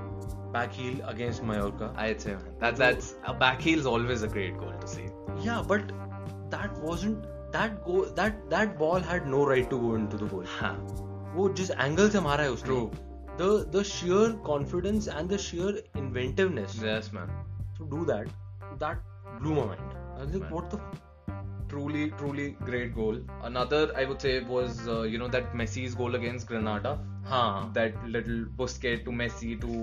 back heel against Mallorca.
I'd say man, that that's a back heel is always a great goal to see.
Yeah, but that wasn't that go that that ball had no right to go into the goal
हाँ
वो जिस angle से मारा है उसने
True.
the the sheer confidence and the sheer inventiveness
yes man
to do that that blew my mind I was like
Man.
what the f-
truly truly great goal another I would say was uh, you know that Messi's goal against Granada
हाँ
that little Busquets to Messi to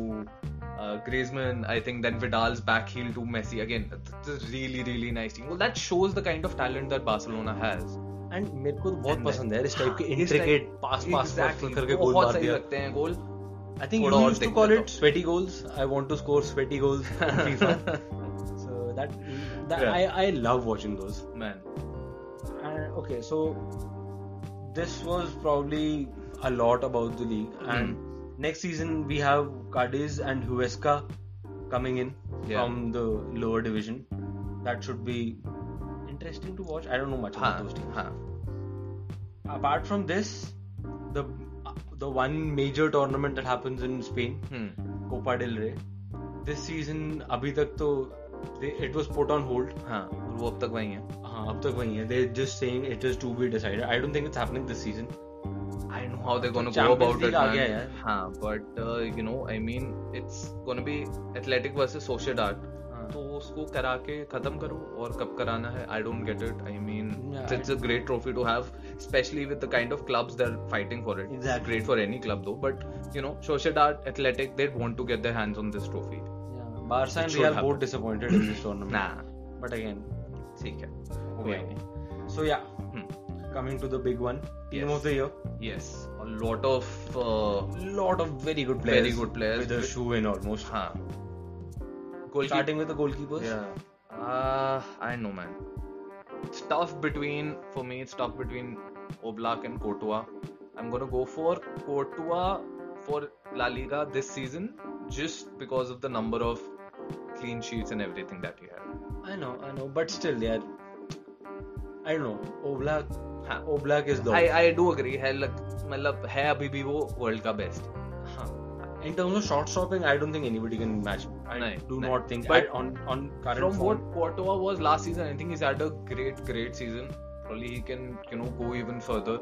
uh, Griezmann. I think then Vidal's back heel to Messi again. It's a really really nice team. Well, that shows the kind of talent that Barcelona has.
And मेरे को तो बहुत
And then-
पसंद है
[LAUGHS]
इस type के
हाँ, इस type-
intricate pass pass pass
Exactly.
करके गोल
बहुत
मार
सही
दिया
लगते हैं गोल.
I think
थोड़ा
you
और
used to
देख
call
लेता
it sweaty goals. I want to score sweaty
[LAUGHS]
goals in FIFA. so that, that
Yeah.
I, I love watching those.
Man,
And okay, so this was probably a lot about the league.
Hmm.
And next season we have Cadiz and Huesca coming in
Yeah.
from the lower division. That should be interesting to watch. I don't know much about
हाँ,
those teams.
हाँ.
Apart from this, the the one major tournament that happens in Spain
Hmm.
Copa del Rey this season अभी तक तो it was put on hold
हाँ. और वो अब तक वही है.
हाँ अब तक वही है they just saying it is to be decided I don't think it's happening this season
I don't know how they're gonna go
तो Champions
about it.
League आ
man.
गया यार।
हाँ, but uh, you know, I mean, it's gonna be Athletic versus Sociedad. तो उसको करा के खत्म करो और कब कराना है I don't get it I mean
Yeah,
it's a great trophy to have specially with the kind of clubs they are fighting for it
Exactly.
Great for any club though but you know Sociedad Athletic they want to get their hands on this trophy
Barca and
It should
real
happen.
Both disappointed in this
ना
tournament but again
ठीक है
कोई नहीं so yeah coming to the big one team
Hmm। Yes.
Of the year
yes a lot of
lot of very good
Very
players
good players.
With a shoe in almost
हां goal
starting with the goalkeepers
Yeah. Uh, I know, man. It's tough between, for me, it's tough between Oblak and Courtois. I'm going to go for Courtois for La Liga this season just because of the number of clean sheets and everything that he had.
I know I know but still यार I don't know Oblak
हाँ.
Oblak is the
I, I do agree. है लग- मतलब है अभी भी वो world का best
In terms of shot stopping, I don't think anybody can match. I
Nahin,
do
nahin.
not think.
But
I- on on current
from
form,
what Courtois was last season, I think he's had a great, great season. Probably he can, you know, go even further.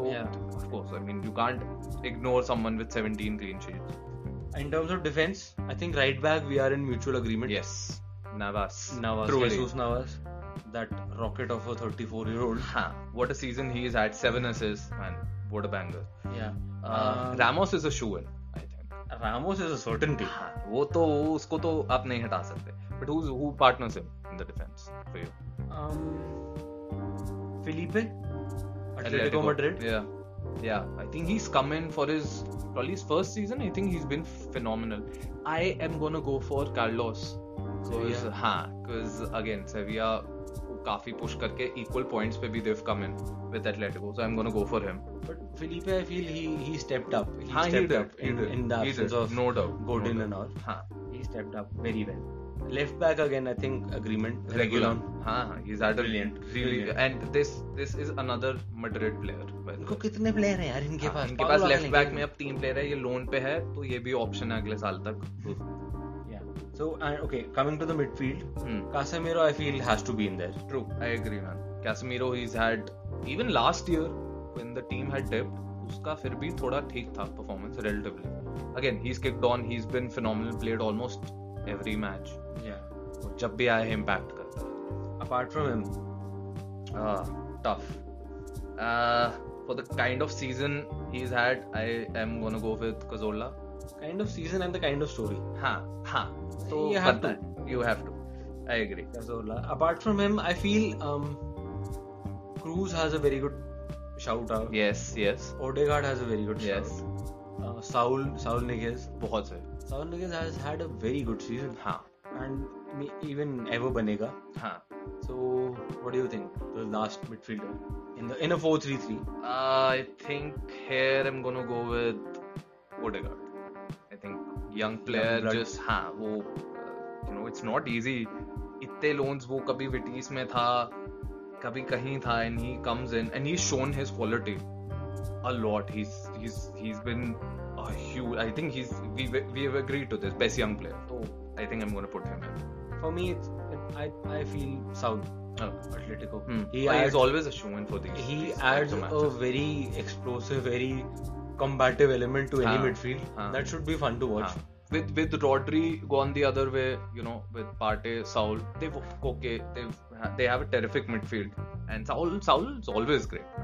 So,
Yeah.
of course, I mean, you can't ignore someone with 17 clean sheets.
in terms of defense, I think right back we are in mutual agreement.
Yes, Navas.
Navas,
Truly.
Jesus Navas, that rocket of a 34 year old.
Huh. What a season he has had. Seven assists and what a banger.
Yeah.
Uh,
Uh,
Ramos is a shoe in, I think.
Ramos is a certainty.
हाँ, वो तो वो- उसको तो आप नहीं हटा सकते but who's who partners him in the defense for you
Um, Felipe, Atletico, Madrid.
yeah yeah I think he's come in for his probably his first season I think he's been phenomenal I am gonna go for Carlos because
Sevilla.
हाँ because again Sevilla को काफी push करके equal points पे भी they've come in with Atletico so I'm gonna go for him
But Felipe, I feel he he stepped up. He
हाँ, he
stepped
did,
up
he
in,
did,
in the
he
absence
did,
of
no doubt, no
Godin
doubt.
and all.
हाँ
He stepped up very well. Left back again, I think agreement.
regular. हाँ, he's had a
Brilliant,
really
brilliant.
and this this is another Madrid player. By the
इनको
way.
कितने player हैं यार इनके
हाँ,
पास
इनके पास लेफ्ट बैक में अब तीन प्लेयर है ये लोन पे है तो ये भी ऑप्शन है अगले साल तक
so okay coming to the midfield
Hmm.
Casemiro I feel has to be in there
true I agree man Casemiro he's had even last year when the team had dipped उसका फिर भी थोड़ा ठीक था performance relatively again he is kicked on he is been phenomenal played almost every match जब भी आया है इम्पैक्ट करता है
apart from him
Ah, tough. Uh, for the kind of season he's had, I am gonna go with Kazola.
Kind of season and the kind of story
हाँ हाँ तो
You have
बनता
to.
है. You have to. I agree.
Cazorla apart from him I feel um Kroos has a very good shout out
Yes, yes,
Odegaard has a very good
yes.
Shout Uh, Saul Saul Niguez
बहुत से.
Saul Niguez has had a very good season
हाँ
and even ever बनेगा
हाँ.
So what do you think the last midfielder in the in a 4-3-3
Uh, I think here I'm gonna go with Odegaard. I think young player
blood.
just हाँ वो uh, you know it's not easy. इतने loans वो कभी विटीज में था कभी कहीं था and he comes in and he's shown his quality a lot. He's he's he's been a huge. I think he's we we have agreed to this best young player. So I think I'm gonna put him in.
For me, it's, it, I I feel Saul.
Oh.
Atletico.
Hmm.
He
Oh,
adds
he's always a showman for these.
he
these types
adds
of
a
matches.
very explosive, very combative element to any
Ah,
midfield.
ah.
that should be fun to watch.
Huh. With with Rodri gone the other way, you know, with Partey, Saul, they've okay, they've they have a terrific midfield, and Saul Saul is always great.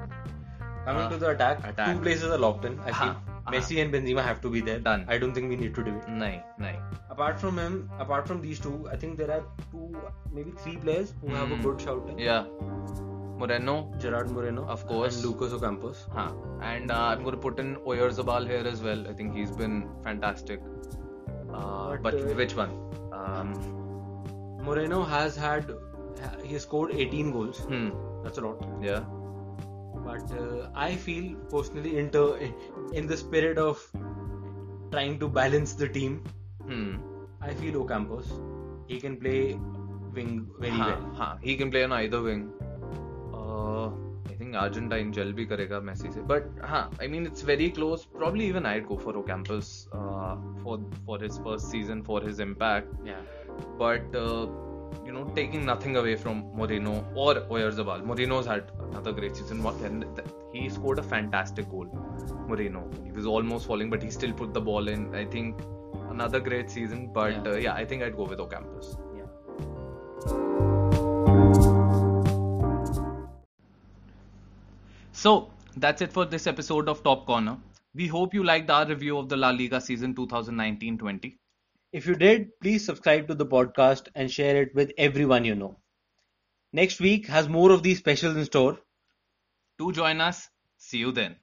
Coming
Ah.
to the attack,
Attack.
two places are locked in. I
Ah,
feel
ah.
Messi and Benzema have to be there.
Done. Hmm.
I don't think we need to debate.
Nahin, nahin.
Apart from him, apart from these two, I think there are two, maybe three players who have a
Hmm.
good shout. in.
Yeah, Moreno,
Gerard Moreno,
Of course.
and Lucas Ocampos.
huh. and uh, I'm going to put in Oyarzabal here as well. I think he's been fantastic. Uh,
But,
but
uh,
which one? Um,
Moreno has had, he scored 18 goals.
hmm,
That's a lot.
yeah,
But uh, I feel personally, in, ter- in the spirit of trying to balance the team,
hmm.
I feel Ocampos. He can play wing very
हाँ,
well.
हाँ, he can play on either wing. Uh, I think Argentine जल भी करेगा Messi से but हाँ I mean it's very close probably even I'd go for Ocampos uh, for for his first season for his impact
Yeah.
but uh, you know taking nothing away from Moreno or Oyarzabal Moreno's had another great season What- and th- he scored a fantastic goal Moreno he was almost falling but he still put the ball in I think another great season but
Yeah.
uh, yeah I think I'd go with Ocampos
Yeah.
So that's it for this episode of Top Corner. We hope you liked our review of the La Liga season 2019 20.
If you did, please subscribe to the podcast and share it with everyone you know. Next week has more of these specials in store.
Do join us. See you then.